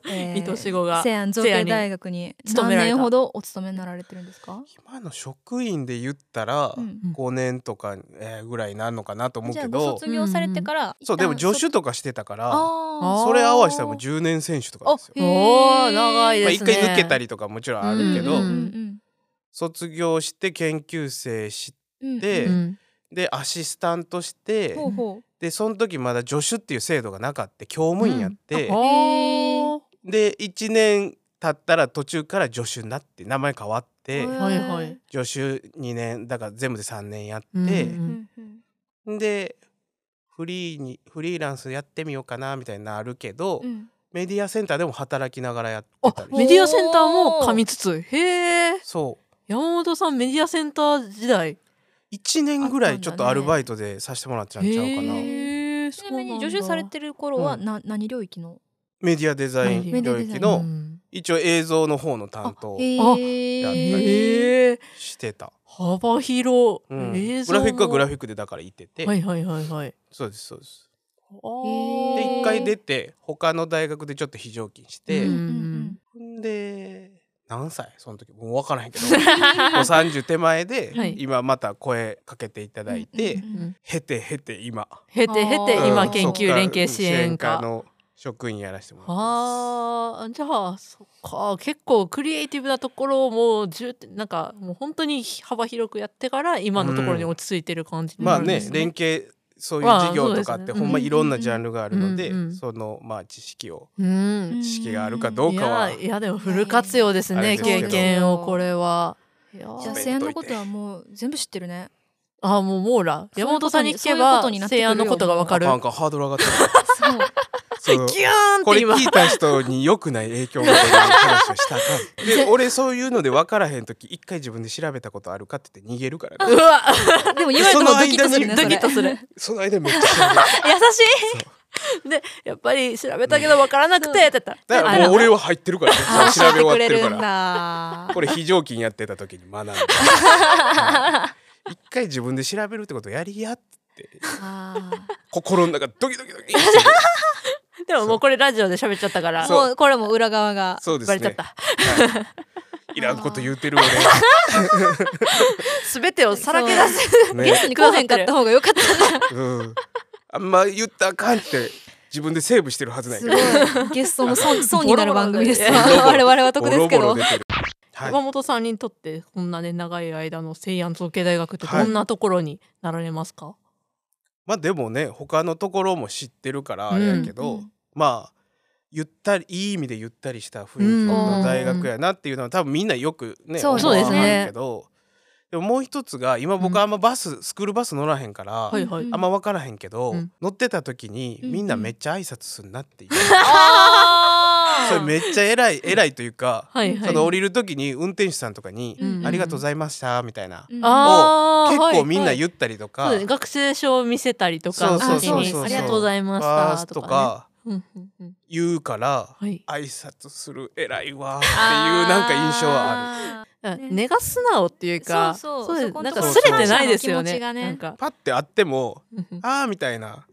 Speaker 3: えー
Speaker 2: 愛し子が
Speaker 3: 西安造
Speaker 2: せや
Speaker 3: 形
Speaker 2: に
Speaker 3: 大学に
Speaker 2: 勤
Speaker 3: 何
Speaker 2: められた
Speaker 3: 年ほどお勤めになられてるんですか
Speaker 4: い、今の職員で言ったら
Speaker 3: うん
Speaker 4: 5年とか、えーぐらいなんのかなと思う
Speaker 3: じゃ
Speaker 4: け
Speaker 3: あご
Speaker 4: ど、
Speaker 3: 卒業されてから
Speaker 4: そうでも助
Speaker 3: 手
Speaker 4: 手とかしてたから
Speaker 3: あ
Speaker 2: あ
Speaker 4: それ合わせたらもう10年選手とかですよ。
Speaker 3: あへ
Speaker 2: おお、長い
Speaker 4: まあ、
Speaker 2: で
Speaker 4: 一
Speaker 2: すね。
Speaker 4: 回抜けたりとかもちろんあるけど、
Speaker 2: うんうん
Speaker 4: 卒業して研究生し
Speaker 3: で
Speaker 4: ででアシスタントして
Speaker 3: ほうほ
Speaker 4: でその時まだ助手っていう制度がなかった教務員やって、
Speaker 2: あー
Speaker 4: で1年経ったら途中から助手になって名前変わっ
Speaker 3: う
Speaker 4: て
Speaker 2: はいはい。
Speaker 4: 助手2年だから全部で3年やっ
Speaker 2: うんう
Speaker 4: て、
Speaker 2: ん
Speaker 4: でフリーにフリーランスやってみようかなみたいになるけど、メディアセンターでも働きながらやってた
Speaker 2: あ
Speaker 4: り
Speaker 2: メディアセンターも噛みつつへえ
Speaker 4: そう
Speaker 2: 山本さんメディアセンター時代
Speaker 4: 1年ぐらいちょっとアルバイトでさせてもらってたんちゃうかな、
Speaker 2: へえ
Speaker 3: ちなみに助手されてる頃は
Speaker 4: う
Speaker 3: な何領域の
Speaker 4: メディアデザイン領域
Speaker 2: の
Speaker 4: の一応映像の方の担当やった
Speaker 3: へえ
Speaker 2: へえ
Speaker 4: してた、
Speaker 2: 幅広
Speaker 4: うん
Speaker 2: 映
Speaker 4: グ
Speaker 2: 像も
Speaker 4: ラフィックはグラフィックでだからいてて、
Speaker 2: はいはいはいはい
Speaker 4: そうですそうです
Speaker 2: あ
Speaker 3: へ
Speaker 4: で
Speaker 2: ー
Speaker 3: え
Speaker 4: 一 回出て他の大学でちょっと非常勤して、
Speaker 2: うん
Speaker 4: ん、で何歳その時もう分からへんけどもう30手前で、
Speaker 2: はい
Speaker 4: 今また声かけていただいて、
Speaker 3: うんうんうん
Speaker 4: へてへて今
Speaker 2: 経て経
Speaker 3: で
Speaker 2: て
Speaker 4: う
Speaker 2: 今
Speaker 4: ん
Speaker 2: 研
Speaker 4: そっか
Speaker 2: 究連携支援
Speaker 4: 支
Speaker 2: 課
Speaker 4: の職員やらせてもらってます
Speaker 2: あーじゃあそっか結構クリエイティブなところをもう重点なんかもう本当に幅広くやってから今のところに落ち着いてる感じに
Speaker 4: ま
Speaker 2: な
Speaker 4: あ
Speaker 2: るん
Speaker 4: ね
Speaker 2: ですね。
Speaker 4: 連携そういう
Speaker 2: まあ
Speaker 4: 事業とかっ
Speaker 2: そう
Speaker 4: て
Speaker 2: です
Speaker 4: ほ
Speaker 2: ね
Speaker 4: んまいろんなジャンルがあるので、
Speaker 2: うんうんうん
Speaker 4: そのまあ知識を
Speaker 2: うん
Speaker 4: 知識があるかどう
Speaker 2: い
Speaker 4: かは
Speaker 2: やいやでもフル活用です
Speaker 4: あれで
Speaker 2: ね
Speaker 4: すけど
Speaker 2: 経験をこれは。いや
Speaker 3: じゃあ
Speaker 4: せ
Speaker 3: 西安のことはもう全部知ってるね
Speaker 2: あもう網羅
Speaker 3: そういうことに
Speaker 2: 山本さんに聞け
Speaker 3: そういうこ
Speaker 2: ば
Speaker 3: とになってく
Speaker 2: 西
Speaker 3: るよ
Speaker 2: 安のことがわかる。
Speaker 4: なんかハードル上がってる
Speaker 3: そう
Speaker 4: そう
Speaker 2: ギューン
Speaker 4: こ
Speaker 2: っ
Speaker 4: れ
Speaker 2: て今
Speaker 4: 聞いた人に良くない影響が出る話をしたらあかんで俺そういうので分からへん時一回自分で調べたことあるかって言って逃げるから
Speaker 2: う
Speaker 4: ね
Speaker 2: わ
Speaker 3: でも言われてもドキッとするね
Speaker 2: ドキッとする。
Speaker 4: その間めっちゃ調べた
Speaker 3: それ優し
Speaker 2: でやっぱり調べたけどわからなくてって言った
Speaker 4: だ
Speaker 2: ら。
Speaker 4: からもう俺は入ってるからね
Speaker 3: い
Speaker 4: その調べ終わってるか
Speaker 3: 教えん
Speaker 4: ら
Speaker 3: だ
Speaker 4: これ非常勤やってた時に 学んだはい一回自分で調べるってことをやりやって
Speaker 3: あ
Speaker 4: 心の中ドキドキドキ
Speaker 2: でももうこれラジオで喋っちゃったから
Speaker 3: ー
Speaker 4: そう
Speaker 3: もうこれも裏側が
Speaker 4: そうで
Speaker 2: バ
Speaker 4: す
Speaker 2: レちゃっ
Speaker 4: ね
Speaker 2: た。
Speaker 4: はいいらんこと言うてる
Speaker 2: すべてをさらけ出せ
Speaker 4: 俺
Speaker 3: ゲ
Speaker 4: ね
Speaker 3: ストに来おへんかった方が良かったね
Speaker 4: うんあんま言ったらあかんって自分でセーブしてるはずない
Speaker 3: す
Speaker 4: け
Speaker 3: ご
Speaker 4: ど
Speaker 3: いゲストの損損になる番組です
Speaker 2: ボロ
Speaker 3: わ
Speaker 4: ボロ
Speaker 3: 我々は得ですけ
Speaker 4: ボロボロ
Speaker 3: ど
Speaker 4: 出てるはい
Speaker 2: 山本さんにとってこんなね長い間の西安造形大学ってどんなところになられますか、
Speaker 4: まあでもね他のところも知ってるからあれやけど、
Speaker 3: うん
Speaker 4: まあゆったりいい意味でゆったりした雰囲気の大学やなっていうのは多分みんなよくね
Speaker 3: そう
Speaker 2: そうです
Speaker 4: 思
Speaker 2: ね
Speaker 4: わはるけどでももう一つが今僕あんまバス、スクールバス乗らへんから、
Speaker 2: はいはい、
Speaker 3: うん
Speaker 4: あんま分からへんけど、
Speaker 2: うん
Speaker 4: 乗ってた時に
Speaker 3: うん
Speaker 4: みんなめっちゃ挨拶すんなっていう、
Speaker 3: あ
Speaker 4: それめっちゃ偉い偉いというか、
Speaker 2: はいはい
Speaker 4: その降りる時に運転手さんとかに
Speaker 3: うん
Speaker 4: 「ありがとうございました」みたいな、
Speaker 3: うん
Speaker 2: あー
Speaker 4: 結
Speaker 2: はいは
Speaker 4: 構
Speaker 2: い
Speaker 4: みんな言ったりとか、
Speaker 2: そうですね学生証を見せたりとか
Speaker 4: そ
Speaker 2: の
Speaker 4: うそう
Speaker 3: そう
Speaker 2: 時
Speaker 3: そう
Speaker 2: に
Speaker 3: そう
Speaker 2: ありがとうございま
Speaker 4: バー
Speaker 2: し
Speaker 4: スと
Speaker 2: たと
Speaker 4: か
Speaker 2: かうんうんうん
Speaker 4: 言うから、
Speaker 2: はい
Speaker 4: 挨拶する偉いわっていうなんか印象はある
Speaker 3: ある
Speaker 2: だから
Speaker 3: ね
Speaker 2: 根が素直っていうか
Speaker 3: そうそう
Speaker 2: です
Speaker 3: そこん
Speaker 2: なん
Speaker 3: と
Speaker 2: か
Speaker 3: こ
Speaker 2: すれてないですよ
Speaker 3: 感謝
Speaker 2: ね
Speaker 3: の気持ちがね
Speaker 2: なんか
Speaker 4: パッて会っても
Speaker 2: うんうん
Speaker 4: あーみたいな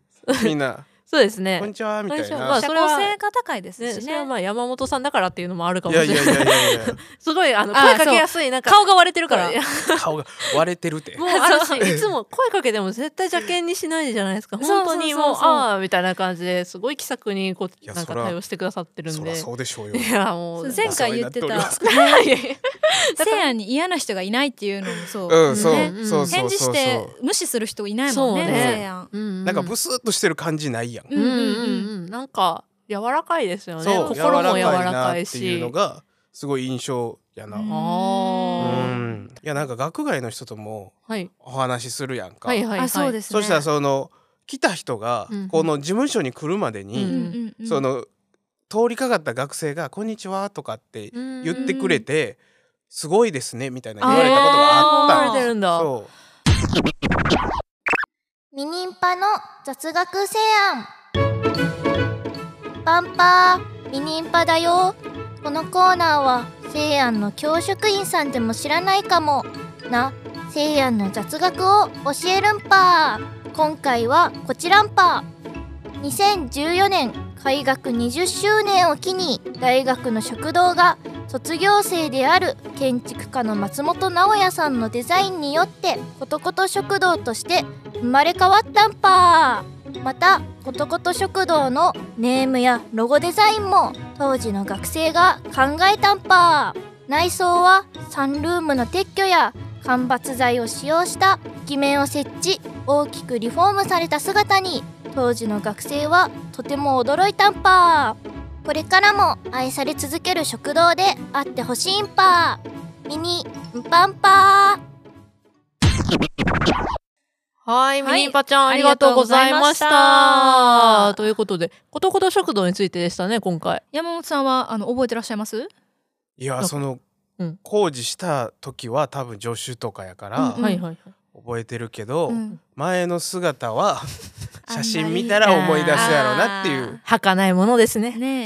Speaker 4: みん な
Speaker 2: そうです
Speaker 4: こん
Speaker 2: ね
Speaker 4: にちはみたい
Speaker 2: こんにち
Speaker 4: な
Speaker 2: はまあ
Speaker 3: 社
Speaker 2: それは
Speaker 3: 交性が高いです
Speaker 2: ねそ
Speaker 3: し
Speaker 2: れ
Speaker 3: ね
Speaker 2: はまあ山本さんだからっていうのもあるか
Speaker 4: い
Speaker 2: もし
Speaker 4: や
Speaker 2: れ
Speaker 4: い
Speaker 2: な
Speaker 4: やいや
Speaker 2: い
Speaker 4: いやいや
Speaker 2: すごいあの
Speaker 3: あ
Speaker 2: 声かけやすいなんか
Speaker 3: 顔が割れてるから
Speaker 2: いや
Speaker 4: 顔が割れてる て
Speaker 2: もうあのしいつも声かけても絶対邪険にしないじゃないですか
Speaker 3: そうそう
Speaker 2: 本当に
Speaker 3: そ
Speaker 2: も
Speaker 3: う
Speaker 2: う
Speaker 3: そう
Speaker 2: ああみたいな感じですごい気さくにこう
Speaker 4: や
Speaker 2: なんか
Speaker 4: そら
Speaker 2: 対応してくださってるん
Speaker 4: そ
Speaker 2: で
Speaker 4: らそうでしょうよ
Speaker 2: いやもう
Speaker 3: 前回言ってた
Speaker 4: お世話になっております
Speaker 2: いやいや
Speaker 3: せいやに嫌な人がいないっていうのもそう、
Speaker 4: うんそう
Speaker 2: ね
Speaker 4: そうそうそうそう
Speaker 3: 返事して無視する人いないもんね
Speaker 2: そうね
Speaker 3: せいやん
Speaker 2: うんうん
Speaker 4: なんかブスッとしてる感じないやん
Speaker 3: う
Speaker 2: うん
Speaker 3: ん
Speaker 2: う
Speaker 3: う
Speaker 2: う
Speaker 3: んんうん
Speaker 2: んうんなんか柔らかいですよね
Speaker 4: そう
Speaker 2: 心も柔ら
Speaker 4: なっ
Speaker 2: かい
Speaker 4: ていう
Speaker 2: し
Speaker 4: のがすごい印象やな
Speaker 3: うん
Speaker 4: う
Speaker 2: あ
Speaker 4: んいやなんか学外の人とも
Speaker 2: あはい
Speaker 4: お話しするやんか
Speaker 2: はいはいはい
Speaker 3: あそうですね
Speaker 4: そしたらその来た人が
Speaker 2: うん
Speaker 4: この事務所に来るまで
Speaker 3: うん
Speaker 4: に
Speaker 3: うんうん
Speaker 4: その通りかかった学生が「こんにちは」とかって言ってくれて「すごいですね」みたいな言われたことがあ
Speaker 2: あー思わ
Speaker 4: っ
Speaker 2: れて
Speaker 4: た
Speaker 2: るん
Speaker 4: ん
Speaker 2: だ
Speaker 4: そう
Speaker 5: ミニンパの雑学提案パンパーミニンパだよこのコーナーは西安の教職員さんでも知らないかもな西安の雑学を教えるんぱ今回はこちらんぱ2014年開学20周年を機に大学の食堂が卒業生である建築家の松本直也さんのデザインによってことこと食堂として生まれ変わったんぱまたことこと食堂のネームやロゴデザインも当時の学生が考えたんぱ内装はサンルームの撤去や間伐材を使用した壁面を設置大きくリフォームされた姿に当時の学生はとても驚いたんぱこれからも愛され続ける食堂であってほしいんぱミニンパンパー
Speaker 2: はい、ミ
Speaker 3: はい
Speaker 2: ニンパちゃん、あ
Speaker 3: あ
Speaker 2: り
Speaker 3: り
Speaker 2: が
Speaker 3: が
Speaker 2: と
Speaker 3: と
Speaker 2: う
Speaker 3: う
Speaker 2: ご
Speaker 3: ご
Speaker 2: ざ
Speaker 3: ざ
Speaker 2: い
Speaker 3: い
Speaker 2: ま
Speaker 3: ま
Speaker 2: し
Speaker 3: した
Speaker 2: た。ということで、ことこと食堂についてでしたね、今回。
Speaker 3: 山本さんはあの覚えてらっしゃいます
Speaker 4: いや
Speaker 2: か
Speaker 4: その
Speaker 2: うん
Speaker 4: 工事した時は多分助手とかやか
Speaker 3: うん
Speaker 4: ら
Speaker 2: はいはいはい。
Speaker 4: 覚えてるけど
Speaker 3: うん
Speaker 4: 前の姿 は
Speaker 3: あん
Speaker 4: 写
Speaker 3: まり
Speaker 4: 真見たら思い出すやろうなっていう
Speaker 2: 儚いものですね。
Speaker 3: ねえ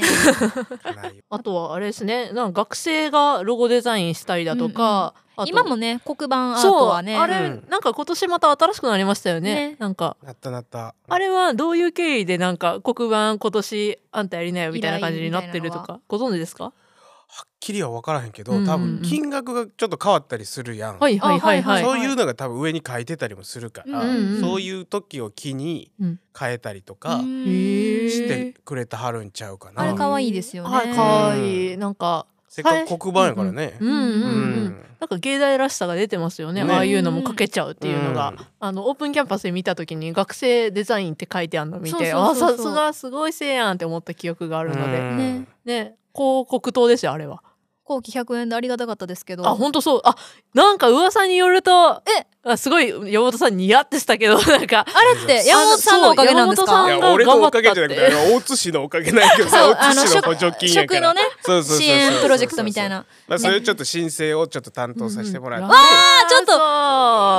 Speaker 4: ないよ
Speaker 2: あとはあれですね、なんか学生がロゴデザインしたりだとか、あと
Speaker 3: 今もね黒板アート
Speaker 2: そう、
Speaker 3: は
Speaker 2: あ
Speaker 3: ね
Speaker 2: れ、
Speaker 4: うん
Speaker 2: なんか今年また新しくなりましたよね。
Speaker 3: ね
Speaker 2: なんか、
Speaker 4: なったなった
Speaker 2: あれはどういう経緯でなんか黒板今年あんたやりなよみたいな感じになってると
Speaker 3: 依頼
Speaker 2: か、ご存知ですか
Speaker 4: はっきりは分からへんけど、
Speaker 2: うんうんうん
Speaker 4: 多分金額がちょっと変わったりするやん、
Speaker 2: はいはいはいは
Speaker 3: あ
Speaker 2: い。
Speaker 4: そういうのが多分上に書いてたりもするから、
Speaker 2: うんうんうん
Speaker 4: そういう時を機に
Speaker 2: うん
Speaker 4: 変えたりとか
Speaker 3: うん
Speaker 2: へえ
Speaker 4: してくれてはるんちゃうかな、
Speaker 3: あれ可愛いですよね
Speaker 2: はい、可愛い。なんか、
Speaker 4: せっかく黒板やからね、
Speaker 2: うんうん
Speaker 4: う
Speaker 2: うんうん。なんか芸大らしさが出てますよね
Speaker 4: ね
Speaker 2: ああいうのも書けちゃうっていうのが、
Speaker 4: うん
Speaker 2: あのオープンキャンパスで見た時に学生デザインって書いてあるの見て
Speaker 3: そうそうそうそう
Speaker 2: あさすがすごいせいやんって思った記憶があるので、
Speaker 4: うん
Speaker 3: ね
Speaker 2: ね広告塔ですよあれは
Speaker 3: 後期100円でありがたかったですけど
Speaker 2: あ本当そうあなんか噂によるとえあすごい山本さんニヤってしたけど なんか
Speaker 3: あれって山本さんのおかげなんです
Speaker 2: あ
Speaker 4: い
Speaker 2: の
Speaker 3: か
Speaker 2: そう山本さん
Speaker 4: や
Speaker 2: が
Speaker 4: 俺のおかげじゃなくて
Speaker 2: 頑張った
Speaker 4: あの大津市のおかげなんやけどさ
Speaker 3: そう
Speaker 4: 大津市の補
Speaker 3: あの
Speaker 4: 助金や
Speaker 3: 食
Speaker 4: か
Speaker 3: の
Speaker 4: ら
Speaker 3: ね
Speaker 4: そうそうそうそう
Speaker 3: 支援プロジェクトみたいな
Speaker 4: まあ、それちょっと申請をちょっと担当させてもらって、
Speaker 2: わあ
Speaker 3: ちょっと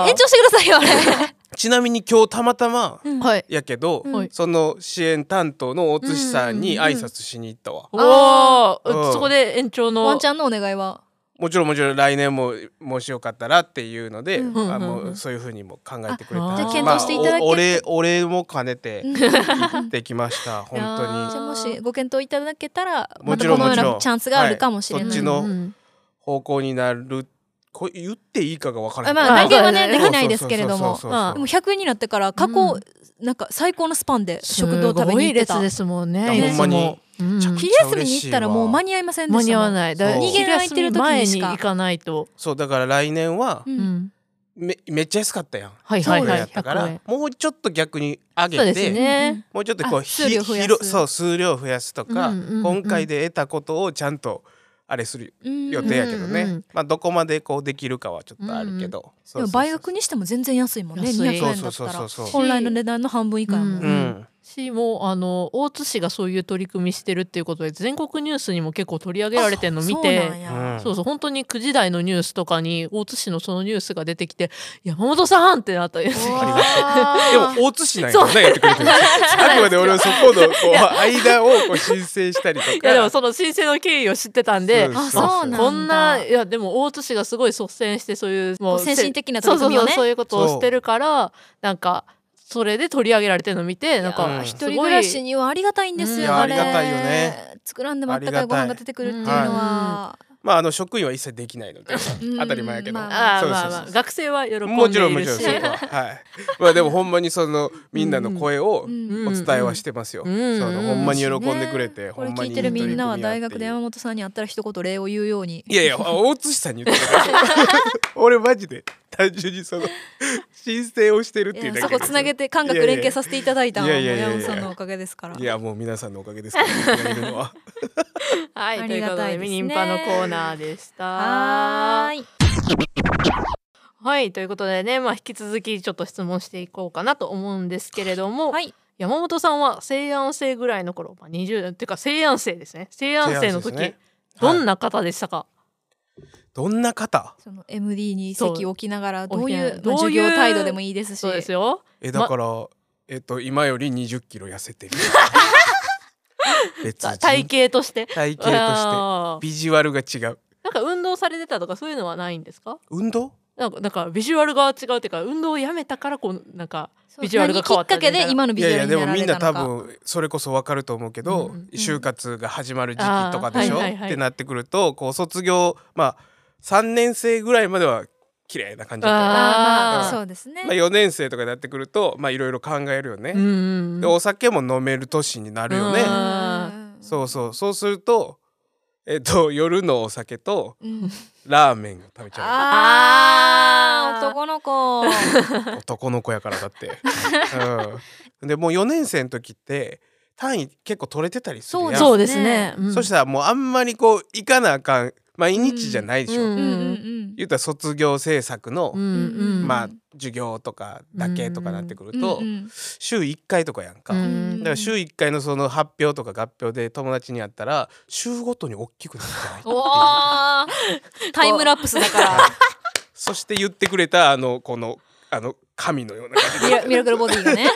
Speaker 3: 延長してくださいよあれ
Speaker 4: ちなみに今日たまたま
Speaker 2: はい
Speaker 4: やけど、
Speaker 2: うん
Speaker 4: その支援担当の大津市さんに挨拶しに行ったわ、
Speaker 2: お
Speaker 4: う
Speaker 2: お
Speaker 4: ん
Speaker 2: そこで延長の
Speaker 3: ワンちゃんのお願いは
Speaker 4: もちろんもちろん来年ももしよかったらっていうので、
Speaker 3: うん
Speaker 2: うん
Speaker 4: あ
Speaker 2: うん
Speaker 4: も
Speaker 2: う
Speaker 4: うんそういうふうにも考えてくれた
Speaker 2: あじゃあ
Speaker 4: し
Speaker 2: 検
Speaker 4: ま
Speaker 2: 討していた
Speaker 3: だけ
Speaker 4: おお礼お礼も兼ねて
Speaker 3: うん
Speaker 4: 行 ってきました本当
Speaker 2: いや
Speaker 4: に
Speaker 3: じ
Speaker 2: ー
Speaker 3: ゃあもしご検討いただけたらま
Speaker 4: も
Speaker 3: た
Speaker 4: ちろ
Speaker 3: こ
Speaker 4: ん
Speaker 3: のよ
Speaker 4: も
Speaker 3: う
Speaker 4: ちろ
Speaker 3: なんチャンスがあるかもしれない、
Speaker 4: う
Speaker 2: う
Speaker 4: はい
Speaker 2: ん
Speaker 4: そっちの
Speaker 2: うん
Speaker 4: 方向になるこ言っていいかがわから
Speaker 3: あ
Speaker 4: ない、
Speaker 3: まあ
Speaker 2: あ
Speaker 3: 来年はね
Speaker 2: そう
Speaker 3: で
Speaker 2: だ
Speaker 3: きないですけれども
Speaker 4: そうそうそうそう
Speaker 2: まあ
Speaker 3: でも100円になってから過去、
Speaker 2: う
Speaker 3: なんか最高のスパンで食堂食べ
Speaker 2: すごい
Speaker 3: に行って
Speaker 2: 列
Speaker 3: た
Speaker 2: ですもんね
Speaker 4: いやほんまに
Speaker 2: いつもうん
Speaker 4: 着
Speaker 3: 昼休みに行ったらもう間に合いませんで
Speaker 2: 間
Speaker 3: した
Speaker 2: に合わ
Speaker 3: い
Speaker 2: ないだから
Speaker 4: そう
Speaker 2: 逃げ空いてる時にし
Speaker 3: 昼休み前に
Speaker 2: か行
Speaker 3: 行
Speaker 2: かないと、
Speaker 4: そうだから来年は、
Speaker 3: うん
Speaker 4: めめっちゃ安かったやん、
Speaker 2: はい
Speaker 3: はい
Speaker 4: これ
Speaker 3: はい
Speaker 4: やったから
Speaker 2: 100円
Speaker 4: もうちょっと逆に上
Speaker 2: そう
Speaker 4: げ
Speaker 2: です
Speaker 4: て、
Speaker 2: ね、
Speaker 4: もうちょっとこう
Speaker 3: あ
Speaker 4: ひ
Speaker 3: 数量増やす
Speaker 4: 広そう数量増やすとか、
Speaker 2: うんうんうん
Speaker 4: 今回で得たことをちゃんとあれする
Speaker 3: うん
Speaker 4: 予定やけどね、
Speaker 2: うんうんうん
Speaker 4: まあどこまでこうできるかはちょっとあるけど、
Speaker 3: でも倍額にしても全然安いもんね
Speaker 2: 安い
Speaker 3: 200円だった
Speaker 4: そう
Speaker 3: ら
Speaker 4: そうそうそうそう
Speaker 3: 本来の値段の半分以下やもん、
Speaker 2: う
Speaker 4: うん
Speaker 2: しもうあの大津市がそういう取り組みしてるっていうことで全国ニュースにも結構取り上げられてるの見
Speaker 3: そうなん
Speaker 2: て
Speaker 3: や
Speaker 4: うん
Speaker 2: そうそう本当に9時台のニュースとかに大津市のそのニュースが出てきて「山本さん!」ってなったよね
Speaker 4: で
Speaker 3: あ
Speaker 4: も大津市なんやねやってくれてる あくまで俺はそこのこう間を こう申請したりとか
Speaker 2: い やでもその申請の経緯を知ってたんで
Speaker 4: そう
Speaker 3: あそうなんだ
Speaker 2: こんないやでも大津市がすごい率先してそういうもう
Speaker 3: こう先進的な取り組みをね
Speaker 2: そうそうそうそういうことをしてるからなんかそれで取り上げられてるの見てなん
Speaker 4: う
Speaker 2: か
Speaker 4: ん
Speaker 2: す
Speaker 3: 一
Speaker 2: ごい
Speaker 3: 人暮らしにはありがたいんです
Speaker 2: うんい
Speaker 3: よ、
Speaker 2: や
Speaker 3: あれ
Speaker 4: ありがたいよね
Speaker 3: 作らんでもあったかいご飯が出てくるっていうのは、
Speaker 4: まああの職員は一切できないので
Speaker 3: うん
Speaker 4: 当たり前やけど
Speaker 3: ま
Speaker 2: ああ
Speaker 4: そうそう
Speaker 2: ま
Speaker 4: そ
Speaker 2: あ
Speaker 4: う
Speaker 2: まあ学生は喜んでいるし
Speaker 4: もちろんもちろんそこははいまあでもほんまにそのみんなの声を
Speaker 3: うん
Speaker 4: お伝えはしてますよ、
Speaker 2: うんうん
Speaker 4: そのほんまに喜んでくれて、
Speaker 3: ねこ
Speaker 4: ほ
Speaker 3: れ
Speaker 4: んま
Speaker 3: 聞
Speaker 4: に
Speaker 3: いてるみんなは大学で
Speaker 4: 電
Speaker 3: 山
Speaker 4: 話
Speaker 3: 本さんに会ったら一言礼を言うように
Speaker 4: いやいやあ大津市さんに言ってたから 俺マジで単純にその申請をしてるっていうだ
Speaker 3: い
Speaker 4: け
Speaker 3: やそこつなげて官学連携させていただいたのはもう山本さんのおかげですから
Speaker 4: いやもう皆さんのおかげですからやれるのは
Speaker 2: はい
Speaker 3: あ
Speaker 2: とい
Speaker 3: り
Speaker 2: うこ
Speaker 3: が
Speaker 2: と
Speaker 3: た
Speaker 2: で
Speaker 3: いですね
Speaker 2: ミニンパのコーナーでした
Speaker 3: はーい
Speaker 2: はいということでねまあ引き続きちょっと質問していこうかなと思うんですけれども、
Speaker 3: はい
Speaker 2: 山本さんは西安生ぐらいの頃、まあ、20っていうか西安生ですね西安生の
Speaker 4: 西安生
Speaker 2: 時、
Speaker 4: ですね
Speaker 2: どんな方でしたか、
Speaker 4: どんな方
Speaker 3: その MD に席を置きながら
Speaker 2: そう
Speaker 3: どういう
Speaker 2: どういう
Speaker 3: まあ授業態度でもいいですし
Speaker 2: そうですよ
Speaker 4: えだから、えっと今より2 0キロ痩せてる 別人
Speaker 2: 体型として
Speaker 4: 体型として
Speaker 2: あー
Speaker 4: ビジュアルが違う
Speaker 2: なんか運動されてたとかそういうのはないんですか
Speaker 4: 運動
Speaker 2: なんかなんかビジュアルが違うっていうか運動をやめたからこうなんか
Speaker 3: そう
Speaker 2: ビジュアルが変わった
Speaker 3: 何きっかけで今の
Speaker 4: い
Speaker 3: ビジ
Speaker 4: や
Speaker 3: ュ
Speaker 4: い
Speaker 3: ア
Speaker 4: や
Speaker 3: ル
Speaker 4: で
Speaker 3: にな
Speaker 4: も
Speaker 3: ら
Speaker 4: み
Speaker 3: れ
Speaker 4: ん
Speaker 3: た
Speaker 4: な
Speaker 3: のか
Speaker 4: 多分それこそ分かると思うけど、
Speaker 2: うんうん
Speaker 4: 就活が始まる時期とかでしょ、
Speaker 2: あーはいはいはい
Speaker 4: ってなってくるとこう卒業まあ3年生ぐらいまでは綺麗な感じだったよ
Speaker 3: あーま
Speaker 2: あー
Speaker 3: あそうですね、
Speaker 4: まあ、4年生とかになってくるとまあいろいろ考えるよね、
Speaker 2: うんうん
Speaker 4: でお酒も飲める年になるよね、
Speaker 2: うん
Speaker 3: うん
Speaker 4: そうそうそうするとえっと 夜のお酒と
Speaker 3: うん
Speaker 4: ラーメンが食べちゃ
Speaker 3: あ
Speaker 2: あー
Speaker 3: ー男の子
Speaker 4: う男の子やからだって、うん、でもう4年生の時って単位結構取れてたりするやん
Speaker 3: そう
Speaker 2: そうですね、うん
Speaker 4: そしたらもうあんまりこう行かなあかん毎日じゃないでしょ、
Speaker 2: うん
Speaker 3: うんうん
Speaker 4: 言うたら卒業制作の、
Speaker 2: うんうんうん
Speaker 4: まあ授業とかだけとかなってく
Speaker 3: う
Speaker 4: る
Speaker 3: ん
Speaker 4: と、
Speaker 3: うん
Speaker 4: 週1回とかやんか、
Speaker 2: う
Speaker 4: だ
Speaker 2: ん
Speaker 4: から週1回のその発表とか合表で友達に会ったら週ごとに大きくなるんじゃないっていう
Speaker 3: おータイムラプスだ か
Speaker 4: そして言ってくれたあのこのあの神のような感
Speaker 3: らミラミラクルボディがね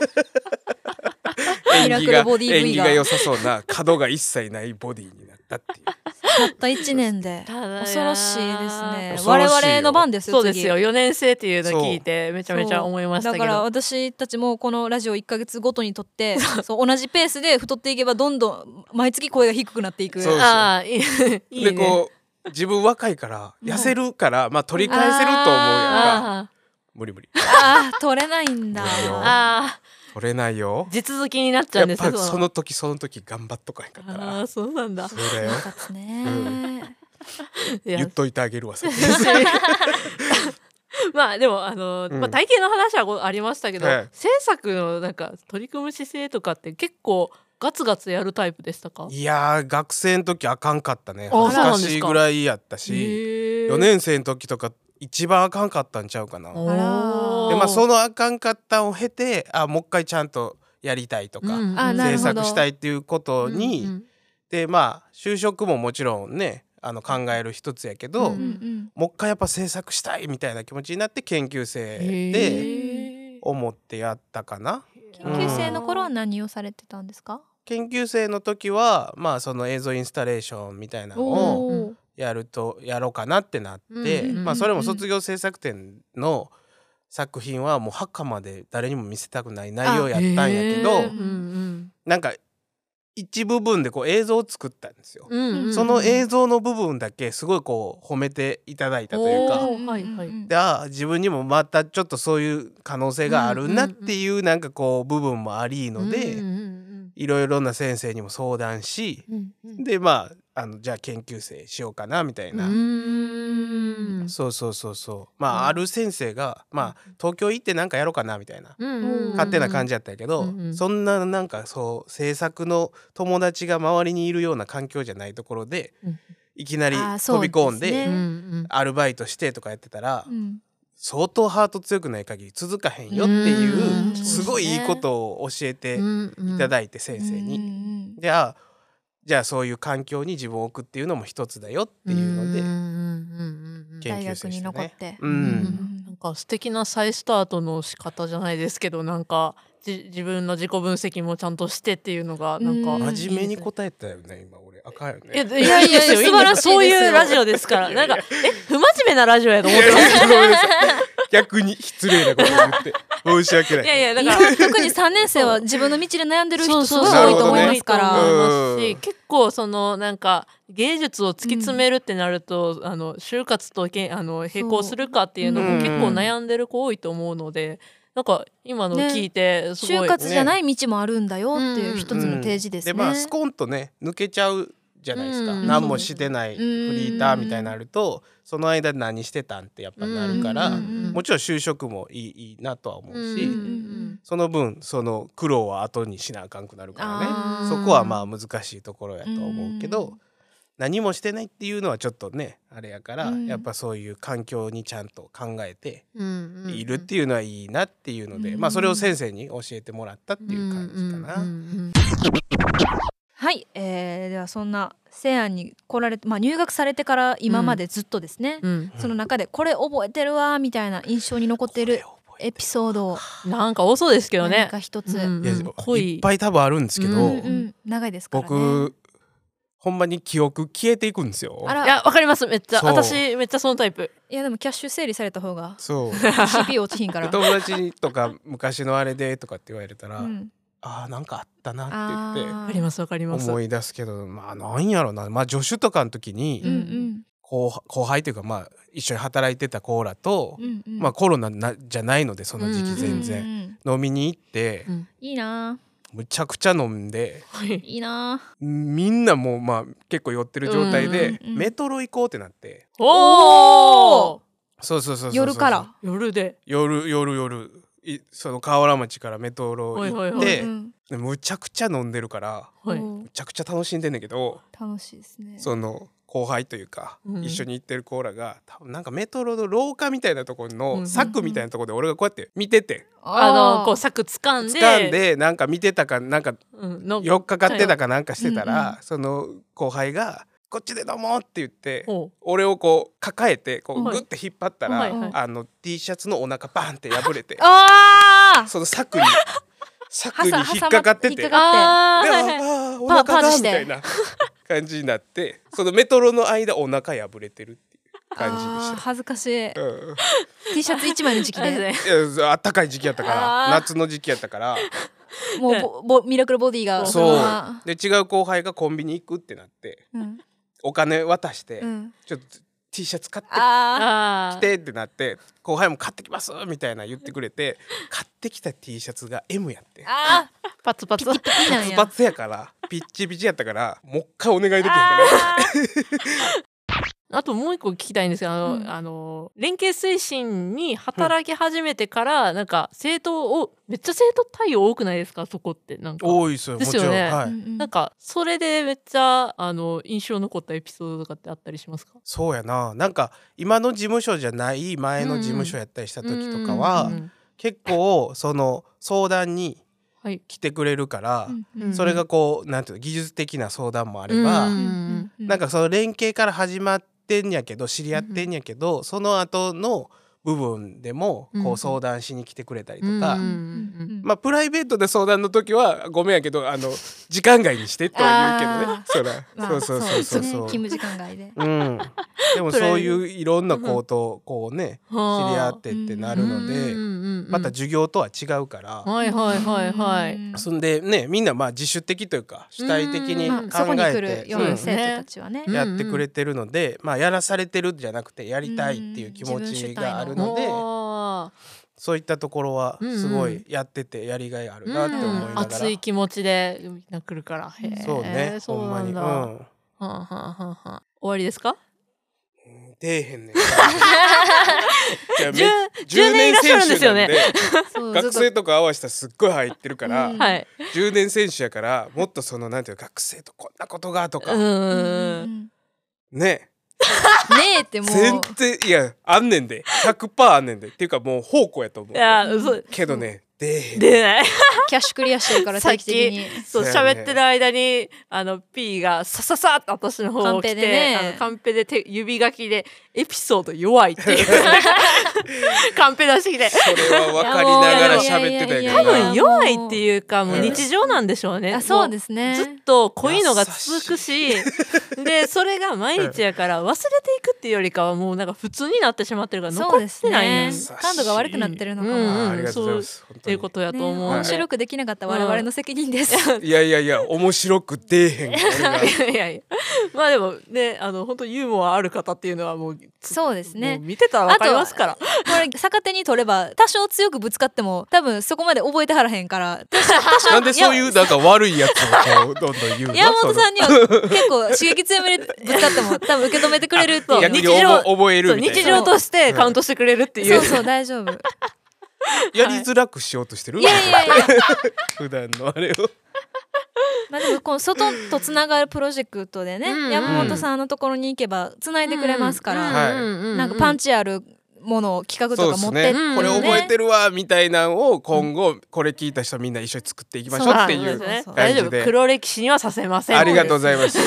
Speaker 3: ミ
Speaker 4: じ
Speaker 3: ラ
Speaker 4: 縁
Speaker 3: ク
Speaker 4: 起
Speaker 3: ル
Speaker 4: が
Speaker 3: ボディ V が
Speaker 4: 縁起が良さそうな角が一切ないボディになったっていう
Speaker 3: たった一年で
Speaker 2: ただ
Speaker 3: 恐ろしいですね
Speaker 4: 恐
Speaker 3: 我
Speaker 4: ろしいよ
Speaker 3: 々の番ですよ
Speaker 2: そうです
Speaker 3: 次
Speaker 2: よ4年生っていうの聞いてめちゃめちゃ思いましたけ
Speaker 3: そうだから
Speaker 2: ど
Speaker 3: 私たちもこのラジオ1か月ごとに とってそう同じペースで太っていけばどんどん毎月声が低くなっていく
Speaker 4: そうですよ
Speaker 2: ああいい いい
Speaker 4: で
Speaker 2: ね
Speaker 4: こう自分若いから痩せるから、まあ取り返せると思うやんか
Speaker 2: あ
Speaker 4: 無理無理
Speaker 3: ああ取れないんだ
Speaker 4: いい
Speaker 2: ー
Speaker 4: よ
Speaker 2: あ
Speaker 4: 取れないよ
Speaker 2: ー地続きになっちゃ
Speaker 4: や
Speaker 2: うんで
Speaker 4: っ
Speaker 2: すよ
Speaker 4: ぱその時その時頑張っとかへんかった
Speaker 2: ああ
Speaker 4: ら
Speaker 2: ーそうなんだ
Speaker 4: そうだよ
Speaker 3: 腹立つね、
Speaker 2: いや
Speaker 4: 言っといてあげるわそれ
Speaker 2: まあでもあの、
Speaker 4: うん
Speaker 2: まあ、体型の話はごありましたけど、
Speaker 4: はい
Speaker 2: 制作のなんか取り組む姿勢とかって結構ガツガツやるタイプでしたか
Speaker 4: いやー学生の時あかんかったね
Speaker 2: あ
Speaker 4: 恥ずかしいぐらいやったし
Speaker 2: 4
Speaker 4: 4年生の時とか一番あかんかったんちゃうかな
Speaker 2: おー
Speaker 4: でまあそのあかんかったんを経てあもう一回ちゃんとやりたいとか、
Speaker 2: うんうん
Speaker 3: あな
Speaker 4: 制
Speaker 3: るほど
Speaker 4: 作したいっていうことに、でまあ就職ももちろんねあの考える一つやけど、
Speaker 2: う
Speaker 3: うんんうん
Speaker 4: もう一回やっぱ制作したいみたいな気持ちになって研究生
Speaker 3: へ
Speaker 4: で
Speaker 3: ー
Speaker 4: 思ってやったかな。
Speaker 3: 研究生の頃は何をされてたんですか、
Speaker 4: 研究生の時はまあその映像インスタレーションみたいなのを
Speaker 2: おー
Speaker 4: やるとやろうかなってなって、
Speaker 2: うんうんうん
Speaker 4: まあ、それも卒業制作展の作品はもうハッカまで誰にも見せたくない内容やったんやけ
Speaker 2: へ
Speaker 4: ど、
Speaker 2: ーうん
Speaker 4: なんか一部分でこう映像を作ったんですよ。
Speaker 2: うんうんうん
Speaker 4: その映像の部分だけすごいこう褒めていただいたというか
Speaker 2: おーはいはい
Speaker 3: うん
Speaker 4: でああ自分にもまたちょっとそういう可能性があるなっていうなんかこう部分もありので、
Speaker 2: うんうん
Speaker 4: いろいろな先生にも相談し、
Speaker 2: うんうん
Speaker 4: でまああのじゃあ研究生しようかなみたいな、
Speaker 2: うん
Speaker 4: そうそうそうそうまあ、
Speaker 2: うん
Speaker 4: ある先生がまあ東京行ってなんかやろうかなみたいな。
Speaker 2: うんうん
Speaker 4: 勝手な感じやったんやけど、
Speaker 2: うんうん
Speaker 4: そんななんかそう制作の友達が周りにいるような環境じゃないところで、
Speaker 2: うん
Speaker 4: いきなり
Speaker 3: あー
Speaker 4: 飛び込ん
Speaker 3: そう
Speaker 4: で
Speaker 3: です
Speaker 2: うん
Speaker 3: ね
Speaker 2: うん
Speaker 4: アルバイトしてとかやってたら、
Speaker 3: うん
Speaker 4: 相当ハート強くない限り続かへんよっていう
Speaker 3: うん
Speaker 4: すごいいいことを教えていただいて先生
Speaker 3: うん
Speaker 4: に。
Speaker 3: うん
Speaker 4: であじゃあそういう環境に自分を置くっていうのも一つだよっていうので
Speaker 2: の
Speaker 4: 研
Speaker 3: 大
Speaker 4: 究生
Speaker 3: 学
Speaker 4: し
Speaker 3: に
Speaker 4: た
Speaker 3: 残っ
Speaker 4: ね。
Speaker 3: て、
Speaker 4: う
Speaker 3: うんん
Speaker 2: なんか素敵な再スタートの仕方じゃないですけどなんかじ自分の自己分析もちゃんとしてっていうのがなんか
Speaker 3: うん
Speaker 2: いいです
Speaker 4: 真面目に答えたよね今俺赤いよ
Speaker 2: い
Speaker 4: ね。
Speaker 2: や
Speaker 4: い
Speaker 2: いやいいですよ
Speaker 3: いやいや素晴らしいですよ
Speaker 2: そういうラジオですからなんかえ不真面目なラジオやと思っ
Speaker 4: や
Speaker 2: て
Speaker 4: い
Speaker 2: ま し
Speaker 4: やごめんなさい逆に失礼なことを言って申し訳ない。
Speaker 2: たいやいやだか ら
Speaker 3: 今特に3年生は自分の道で悩んでる人すごい
Speaker 4: そう
Speaker 3: 多いと思いますか
Speaker 4: なるほどね
Speaker 2: 多い
Speaker 3: ら
Speaker 2: と思いますし
Speaker 4: うん
Speaker 2: 結構そのなんか芸術を突き詰めるってなると、あの就活とけんあの並行するかっていうのも
Speaker 4: そう
Speaker 2: 結構悩んでる子多いと思うので、なんか今の聞いてすごい、
Speaker 3: 就活じゃない道もあるんだよっていう一つの提示ですね。
Speaker 4: でまあスコンとね抜けちゃうじゃないですか、
Speaker 2: うん
Speaker 4: 何もしてないフリーターみたいになると、その間何してたんってやっぱなるから、
Speaker 2: うんうんうん
Speaker 4: もちろん就職もいいいいなとは思うし、
Speaker 2: うん
Speaker 4: その分その苦労は後にしなあかんくなるからね
Speaker 3: あー
Speaker 4: そこはまあ難しいところやと思うけど、
Speaker 3: うん
Speaker 4: 何もしてないっていうのはちょっとねあれやから、
Speaker 3: うん
Speaker 4: やっぱそういう環境にちゃんと考えて
Speaker 2: うんうん
Speaker 4: いるっていうのはいいなっていうので、
Speaker 3: うん
Speaker 4: まあそれを先生に教えてもらったっていう感じかな。
Speaker 2: うんうんうん
Speaker 3: はい、えーではそんな西安に来られて、まあ、入学されてから今までずっとですね、
Speaker 2: うん
Speaker 3: その中でこれ覚えてるわーみたいな印象に残ってるエピソードを
Speaker 2: なんか多そうですけど
Speaker 3: 何
Speaker 2: ね
Speaker 3: か。一つ、
Speaker 2: うん
Speaker 4: いや
Speaker 2: 濃
Speaker 4: いっぱい多分あるんですけど、
Speaker 3: うんうん長いですからね。
Speaker 4: 僕ほんまに記憶消えていくんですよ
Speaker 3: あら
Speaker 2: いやわかりますめっちゃ
Speaker 4: そう
Speaker 2: 私めっちゃそのタイプ。
Speaker 3: いやでもキャッシュ整理された方 が
Speaker 4: そう
Speaker 3: CPU 落ちひんか
Speaker 4: で
Speaker 3: ら。
Speaker 4: 友達とか昔のあれでとかって言われたら、
Speaker 3: うん
Speaker 4: あーなんかあったなって言って
Speaker 2: わかりますわかります。
Speaker 4: 思い出すけどまあなんやろなまあ助手とかの時に、
Speaker 3: うんうん
Speaker 4: 後輩後輩というかまあ一緒に働いてた子らと、
Speaker 3: うんうん
Speaker 4: まあコロナなじゃないのでその時期全然、
Speaker 3: うんうん
Speaker 4: 飲みに行って、
Speaker 2: うん
Speaker 3: いいな
Speaker 4: むちゃくちゃ飲んで
Speaker 3: ーいいなー
Speaker 4: みんなもうまあ結構酔ってる状態で、
Speaker 3: うんうん
Speaker 4: メトロ行こうってなって
Speaker 2: おお
Speaker 4: そうそうそうそうそう
Speaker 3: 夜から。
Speaker 2: 夜で。
Speaker 4: 夜夜夜いその河原町からメトロ行って、
Speaker 2: はいはい
Speaker 3: うんうん
Speaker 4: でむちゃくちゃ飲んでるから
Speaker 2: はい。
Speaker 3: おー
Speaker 4: むちゃくちゃ楽しんでんねんけど
Speaker 3: 楽しいですね。
Speaker 4: その後輩というか、
Speaker 2: うん
Speaker 4: 一緒に行ってるコーラが多分なんかメトロの廊下みたいなところ
Speaker 2: う
Speaker 4: の
Speaker 2: ん
Speaker 4: 柵みたいなところで俺がこうやって見てて、
Speaker 2: あのこう
Speaker 3: ー
Speaker 2: 柵掴んで
Speaker 4: 掴んでなんか見てたかなんか
Speaker 2: うんの
Speaker 4: よっかかってたかなんかしてたら、
Speaker 3: うん
Speaker 4: その後輩が「こっちで飲もう」って言って。
Speaker 2: ほ
Speaker 4: 俺をこう抱えてこう
Speaker 2: はい
Speaker 4: グッて引っ張ったら、
Speaker 2: はいはい
Speaker 4: あの T シャツのお腹バンって破れて
Speaker 3: あー
Speaker 4: その柵に柵に引っかかってて
Speaker 3: 挟
Speaker 4: で
Speaker 3: ま
Speaker 2: あー
Speaker 4: あ
Speaker 2: はい
Speaker 4: ー
Speaker 2: はい
Speaker 4: あーお
Speaker 3: パ
Speaker 4: 腹
Speaker 3: パー
Speaker 4: が
Speaker 3: ジ
Speaker 4: み
Speaker 3: して
Speaker 4: たいな感じになってそのメトロの間お腹破れてるっていう感じ
Speaker 3: あー
Speaker 4: でし
Speaker 3: 恥ずかしい
Speaker 4: た。うん
Speaker 3: T シャツ1枚の時期
Speaker 2: あれ
Speaker 3: で
Speaker 2: ね
Speaker 4: いやあったかい時期やったから
Speaker 3: あー
Speaker 4: 夏の時期やったから
Speaker 3: もうぼぼミラクルボディが
Speaker 4: そ
Speaker 3: の
Speaker 4: う
Speaker 3: ま
Speaker 4: で違う後輩がコンビニ行くってなって
Speaker 3: まうん
Speaker 4: お金渡して、
Speaker 3: うん
Speaker 4: ちょっと T シャツ買って
Speaker 3: あ
Speaker 4: 来
Speaker 2: あー
Speaker 4: てってなって後輩も買ってきますみたいな言ってくれて買ってきた T シャツが M やって
Speaker 3: ーあ
Speaker 2: パツパツ
Speaker 3: ーいいなん
Speaker 4: ツ
Speaker 3: や
Speaker 4: バツやからピッチピチやったからもう一回お願いできへんかな
Speaker 3: あー
Speaker 2: あともう一個聞きたいんですけどあの、
Speaker 3: うん
Speaker 2: あの連携推進に働き始めてから、なんか生徒をめっちゃ生徒対応多くないですかそこってなんか。
Speaker 4: 多いですよ
Speaker 2: ですよね
Speaker 4: もちろん、はい
Speaker 3: うんうん
Speaker 2: なんかそれでめっちゃあの印象残ったエピソードとかってあったりしますか？
Speaker 4: そうやななんか今の事務所じゃない前の事務所やったりした時とかは、
Speaker 2: うんうんうん
Speaker 4: 結構その相談に
Speaker 2: はい
Speaker 4: 来てくれるから、
Speaker 3: うん
Speaker 2: うん
Speaker 4: それがこうなんていうの技術的な相談もあれば、
Speaker 2: うん
Speaker 4: なんかその連携から始まってんやけど知り合ってんやけど、その後の部分でも
Speaker 2: うんう
Speaker 4: こ
Speaker 2: ん
Speaker 4: う相談しに来てくれたりとか、
Speaker 2: うん
Speaker 4: まあプライベートで相談の時はごめんやけどあの時間外にしてとは言うけどね
Speaker 3: あ
Speaker 4: そら、
Speaker 3: まあ
Speaker 4: そうそうそう
Speaker 3: です
Speaker 4: そ
Speaker 3: ね
Speaker 4: うそう。
Speaker 3: 勤務時間外で
Speaker 4: うん、でもそういういろんな子とこうね知り合ってってなるので、
Speaker 2: うんうんうんうん
Speaker 4: また授業とは違うから、
Speaker 2: はいはいはいはい。
Speaker 4: そんでねみんなまあ自主的というか主体的に考
Speaker 2: ま
Speaker 3: まあそこに来
Speaker 4: え
Speaker 3: る
Speaker 4: て
Speaker 3: よ
Speaker 2: う
Speaker 3: う
Speaker 2: で
Speaker 3: な
Speaker 2: す
Speaker 4: う
Speaker 2: ね
Speaker 3: 生徒たちはね
Speaker 2: うん
Speaker 4: んやってくれてるので、まあ、やらされてるんじゃなくてやりたいっていう気持ちがあるので、
Speaker 2: おー
Speaker 4: そういったところはすごいやっててやりがいあるなって思いながら、
Speaker 2: うん熱い気持ちでみんな来るから。へー
Speaker 4: そうね
Speaker 2: そ
Speaker 4: ほ
Speaker 2: うんな
Speaker 4: まに
Speaker 2: ん
Speaker 4: う
Speaker 2: だ。は
Speaker 4: ん
Speaker 2: あはあはあはあ終わりですか？
Speaker 4: 出えへん ねん
Speaker 2: 十十年いらっしゃるんですよね
Speaker 4: 10年選手なんで
Speaker 3: そう
Speaker 4: 学
Speaker 3: ずっ
Speaker 4: 生とか合わせたらすっごい入ってるから、
Speaker 3: うん
Speaker 2: はい。
Speaker 4: 10年選手やからもっとそのなんていうの学生とこんなことがと
Speaker 2: う
Speaker 4: か、
Speaker 2: んう
Speaker 3: と
Speaker 2: んうん。
Speaker 4: ね
Speaker 3: ねえってもう
Speaker 4: 全然いやあんねんで100%あんねんでっていうかもう方向やと思う
Speaker 2: いや嘘
Speaker 4: けどね出えへん
Speaker 2: 出ない
Speaker 3: キャッシュクリアしてるから
Speaker 2: さっ
Speaker 3: 定期的
Speaker 2: き
Speaker 3: に
Speaker 2: そう
Speaker 4: そうやね
Speaker 2: 喋ってる間にあの P がさささっと私の方を来て
Speaker 3: カンペでね
Speaker 2: あのカンペで手指書きでエピソード弱いって いうカンペ出してきて
Speaker 4: それは分かりながら喋ってたんやけ
Speaker 2: 多
Speaker 3: いやいやいやい
Speaker 4: ど
Speaker 2: 分
Speaker 4: な
Speaker 2: 弱いっていうかもう
Speaker 4: うん
Speaker 2: 日常なんでしょうね、
Speaker 3: あそうですね
Speaker 2: もうずっと濃いのが続くしでそれが毎日やから忘れていくっていうよりかはもうなんか普通になってしまってるから
Speaker 3: そう
Speaker 2: 残
Speaker 3: で
Speaker 2: っ
Speaker 3: す
Speaker 2: てない
Speaker 3: ね
Speaker 2: ね
Speaker 4: 残ってないの
Speaker 3: 感度が悪くなってるのかも、
Speaker 2: うん
Speaker 4: あありがとうございます本
Speaker 2: って
Speaker 4: 当に
Speaker 2: いうことや
Speaker 3: ね
Speaker 2: と思う、
Speaker 3: 面白くできなかった我々の責 任です、
Speaker 4: いやいやいや面白く出えへん俺が
Speaker 2: いやいやいやまあでもねあの本当ユーモアある方っていうのはもう
Speaker 3: そうです
Speaker 2: も
Speaker 3: ね
Speaker 2: う見てたらわかりますから
Speaker 3: これ逆手に取れば多少強くぶつかっても多分そこまで覚えてはらへ んから
Speaker 4: なんでそういうなんか悪いやつをこうどんどん言うの
Speaker 3: 山本
Speaker 4: その
Speaker 3: さんには結構刺激強めでぶつかっても多分受け止めてくれるってい う
Speaker 4: 逆
Speaker 2: い
Speaker 4: に
Speaker 2: 日常
Speaker 4: 覚覚え
Speaker 2: そ
Speaker 4: る
Speaker 2: う
Speaker 4: みたい
Speaker 2: 日
Speaker 4: な
Speaker 2: 常としてカウントしてくれるっていう
Speaker 3: そうそう大丈夫
Speaker 4: やりづらくしようとしてる
Speaker 3: いやいやいや
Speaker 4: 普段のあれを
Speaker 3: まあでもこの外とつながるプロジェクトでね、
Speaker 2: うん
Speaker 3: 山本さんのところに行けばつないでくれますから、
Speaker 4: はい
Speaker 3: なんかパン
Speaker 2: チ
Speaker 3: チあるものを企画
Speaker 4: そ
Speaker 3: と
Speaker 4: うで
Speaker 3: か持
Speaker 4: す
Speaker 3: って
Speaker 4: ね
Speaker 3: って、
Speaker 2: ん
Speaker 4: これ覚えてるわみたいなのを今後これ聞いた人みんな一緒に作っていきましょうってい
Speaker 3: そううですね
Speaker 4: 感
Speaker 2: 大丈
Speaker 4: じ
Speaker 2: 夫
Speaker 4: で
Speaker 2: 黒歴史にはさせません
Speaker 4: ありがとうございます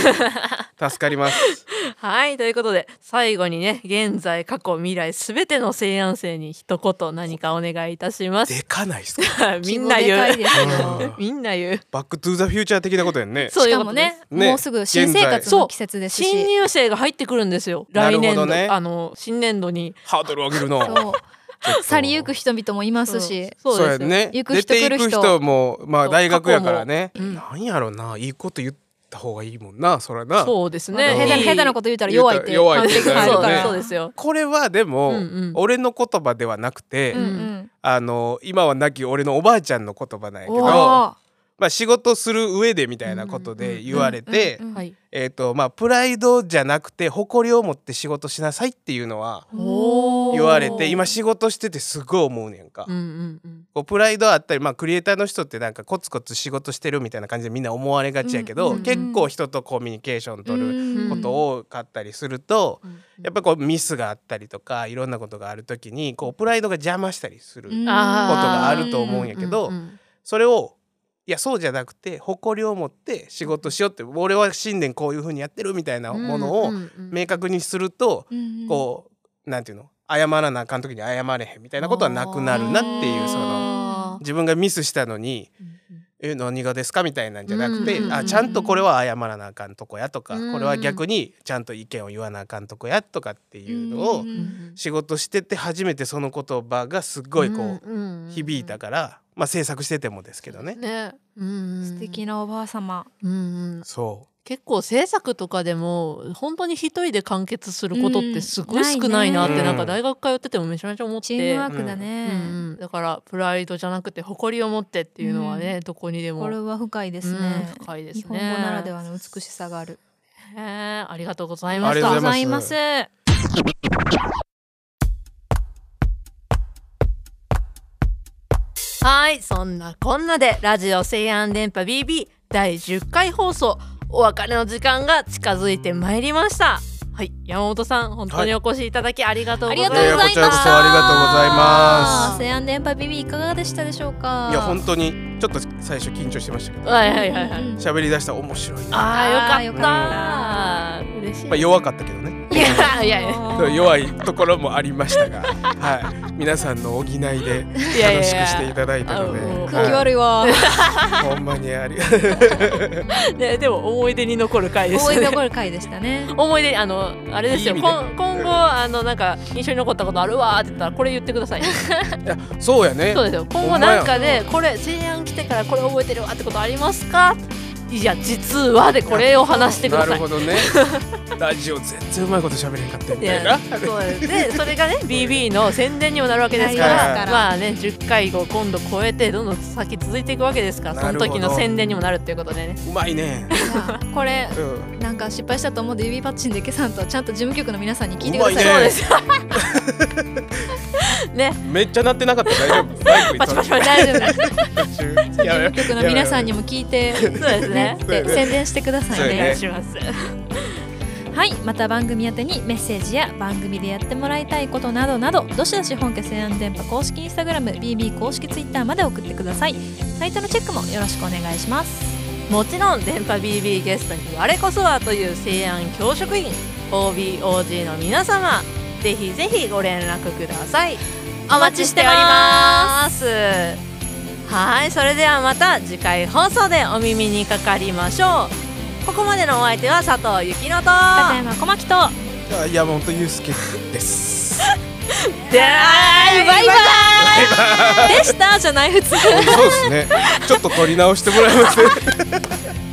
Speaker 4: 助かります
Speaker 2: はいということで最後にね現在過去未来すべての西安生に一言何かお願いいたします
Speaker 4: でかないっすか
Speaker 2: みんな言
Speaker 3: 規模でかいうですよ
Speaker 4: うん
Speaker 2: みんな言う
Speaker 4: バックトゥザフューチャー的なことやんね
Speaker 2: そう
Speaker 3: し
Speaker 2: いう
Speaker 3: か
Speaker 2: こ
Speaker 3: も
Speaker 2: とで
Speaker 3: ね
Speaker 2: す
Speaker 4: ね
Speaker 3: もうすぐ新生活の季節です
Speaker 2: 新
Speaker 3: し
Speaker 2: 入生が入ってくるんですよ
Speaker 4: な
Speaker 2: 来年
Speaker 4: るほ
Speaker 2: 度、
Speaker 4: どね
Speaker 2: あの新年度に
Speaker 4: ハードル上げるの
Speaker 3: そう
Speaker 4: ちょっと
Speaker 3: 去りゆく人々もいますし
Speaker 2: そう
Speaker 4: そう
Speaker 2: で
Speaker 4: や
Speaker 2: すよ
Speaker 4: ね
Speaker 3: 行
Speaker 4: 出
Speaker 3: く人
Speaker 4: ていく
Speaker 3: 来る人
Speaker 4: 人もまあ
Speaker 2: そう
Speaker 4: 大学やからね
Speaker 2: 過去もうん
Speaker 4: なんやろないいこと言った方がいいもんなそらな
Speaker 2: そうです
Speaker 3: まあ
Speaker 2: ね。
Speaker 3: 下手
Speaker 4: い
Speaker 3: ない下手なこと言うたら弱いっていう
Speaker 4: 弱
Speaker 3: 判
Speaker 4: いって
Speaker 3: 定
Speaker 4: 言うたら
Speaker 3: が
Speaker 2: そ
Speaker 3: 入る
Speaker 2: う
Speaker 3: か
Speaker 2: ね
Speaker 3: ら
Speaker 2: そうですよ。
Speaker 4: これはでも、
Speaker 2: うんうん
Speaker 4: 俺の言葉ではなくて、
Speaker 3: うん
Speaker 2: ん
Speaker 3: うん
Speaker 4: あの今は亡き俺のおばあちゃんの言葉なんやけど、
Speaker 3: お
Speaker 4: ま
Speaker 3: ー
Speaker 4: あ、仕事する上でみたいなことで言われて、
Speaker 3: うんうんうん
Speaker 2: はい。
Speaker 4: えーとまあ、プライドじゃなくて誇りを持って仕事しなさいっていうのは
Speaker 2: おー
Speaker 4: 言われて今仕事しててすごい思うねんか。
Speaker 2: うんうんうん。
Speaker 4: こうプライドあったり、まあ、クリエイターの人ってなんかコツコツ仕事してるみたいな感じでみんな思われがちやけど、
Speaker 2: うんうんうん
Speaker 4: 結構人とコミュニケーション取る
Speaker 3: うん
Speaker 4: こと多かったりすると、
Speaker 2: うん
Speaker 4: やっぱこうミスがあったりとかいろんなことがある時にこうプライドが邪魔したりする
Speaker 3: うん
Speaker 2: あーことがあ
Speaker 4: ると思うんやけど
Speaker 2: うんうん
Speaker 4: それをいやそうじゃなくて誇りを持って仕事しようって俺は信念こういうふうにやってるみたいな
Speaker 2: うん
Speaker 4: もの
Speaker 2: う
Speaker 4: を
Speaker 2: んうん
Speaker 4: 明確にすると
Speaker 3: うんうん
Speaker 4: こうなんていうの謝らなあかん時に謝れへんみたいなことはなくなるなっていうその
Speaker 2: あ
Speaker 4: 自分がミスしたのに
Speaker 2: うんうん
Speaker 4: 「え何がですか?」みたいなんじゃなくて
Speaker 2: うんうんうん
Speaker 4: あちゃんとこれは謝らなあかんとこや」とか
Speaker 2: うん
Speaker 4: これは逆にちゃんと意見を言わなあかんとこや」とかっていうのを
Speaker 3: うん
Speaker 2: うん
Speaker 4: 仕事してて初めてその言葉がすっごいこう
Speaker 2: うんうん
Speaker 4: 響いたから、まあ、制作しててもですけどね。
Speaker 2: ね。うんうん
Speaker 3: 素敵。なおばあ様
Speaker 2: うんうん。
Speaker 4: そ
Speaker 2: 結構制作とかでも本当に一人で完結することってすごい
Speaker 3: うん
Speaker 2: 少ないなっ
Speaker 4: ない
Speaker 2: て
Speaker 4: ね
Speaker 2: なんか大学通っててもめちゃめちゃ思って。
Speaker 3: チームワークだね、
Speaker 2: うんうんだからプライドじゃなくて誇りを持ってっていうのはね、
Speaker 3: うん
Speaker 2: どこにでも
Speaker 3: これは深いですね、
Speaker 2: うん深いですね
Speaker 3: 日本語ならではの美しさがある
Speaker 2: へえありがとうござい
Speaker 4: あ
Speaker 2: ま
Speaker 4: り
Speaker 2: し
Speaker 4: がと
Speaker 2: た
Speaker 4: うございま
Speaker 3: ありがとうございます
Speaker 2: はいそんなこんなでラジオ西安電波 BB 第10回放送お別れの時間が近づいてまいりましたはい山本さん本当にお越しいただきありがとうございます、
Speaker 4: ありがとうございまいやいやこちらこそありがとうございます
Speaker 3: 西安電波ビビいかがでしたでしょうか
Speaker 4: ういや本当にちょっと最初緊張してましたけど
Speaker 2: はいはいはいはい、
Speaker 3: うん
Speaker 4: 喋り出したら面白いな、
Speaker 2: あ
Speaker 3: あー
Speaker 2: ー
Speaker 3: よ
Speaker 2: よか
Speaker 3: かっ
Speaker 2: ったた嬉しい、
Speaker 4: まあ、弱かったけどね
Speaker 2: いやいやいや
Speaker 3: あー
Speaker 4: 弱いところもありました が、はい、皆さんの補いで楽
Speaker 2: いやいや
Speaker 4: しくしていただいたので
Speaker 2: あもう
Speaker 4: は
Speaker 3: 空気悪いわ
Speaker 4: ほんまにあり
Speaker 2: ねでも思い出に残る回でし
Speaker 3: 思
Speaker 2: た
Speaker 3: い出
Speaker 2: ね
Speaker 3: 残る回でしたね
Speaker 2: 思い出あのあれですよ
Speaker 4: いい意味で
Speaker 2: こん今後あのなんか印象に残ったことあるわーって言ったらこれ言ってく ださいね
Speaker 4: いやそうやね
Speaker 2: そうですよ今
Speaker 4: ほ
Speaker 2: 後
Speaker 4: んまや
Speaker 2: なんかでこれ西安来てからこれ覚えてるわってことありますかいや実はでこれを話してく
Speaker 4: な
Speaker 2: ださ
Speaker 4: る
Speaker 2: い
Speaker 4: ほど ねラジオ全然うまいこと喋れへんかったみた
Speaker 2: いや
Speaker 4: いな
Speaker 2: そうですでそれがね BB の宣伝にもなるわけですか
Speaker 4: なり
Speaker 2: ら
Speaker 4: ます
Speaker 3: から
Speaker 2: まあね10回以降今度超えてどんどん先続いていくわけですからそ
Speaker 4: な
Speaker 2: の時
Speaker 4: るほ
Speaker 2: の
Speaker 4: ど
Speaker 2: 宣伝にもなるっていうことでね
Speaker 4: うまいね、
Speaker 3: これ
Speaker 4: うん、
Speaker 3: なんか失敗したと思うんで指パッチンで消さんとちゃんと事務局の皆さんに聞いて
Speaker 4: う
Speaker 3: くだ
Speaker 4: ま
Speaker 3: さい
Speaker 4: い
Speaker 2: そうで
Speaker 4: ね
Speaker 2: すよね
Speaker 4: めっちゃ鳴ってなかった大丈夫バイクに
Speaker 2: パチパ
Speaker 4: 取ら
Speaker 2: チパ
Speaker 4: れ
Speaker 2: チ
Speaker 3: 大丈夫です
Speaker 4: てやばい
Speaker 3: 事務局の皆さんにも聞いて
Speaker 2: そうですね
Speaker 3: で宣伝してください
Speaker 4: そうや
Speaker 2: お
Speaker 4: ね
Speaker 2: 願
Speaker 3: ね
Speaker 2: いします。
Speaker 3: はいまた番組宛てにメッセージや番組でやってもらいたいことなどなどどしどし本家西安電波公式インスタグラム BB 公式ツイッターまで送ってくださいサイトのチェックもよろしくお願いします
Speaker 2: もちろん電波 BB ゲストに我こそはという西安教職員 OBOG の皆様ぜひぜひご連絡ください
Speaker 3: お待ちしております
Speaker 2: はいそれではまた次回放送でお耳にかかりましょうここまでのお相手は佐藤幸乃と
Speaker 3: 片山小牧と
Speaker 4: あ山本裕介です。
Speaker 2: でーいバイバイ
Speaker 3: でしたじゃない普
Speaker 4: そ
Speaker 3: 通
Speaker 4: うですね。ちょっと取り直してもらえます。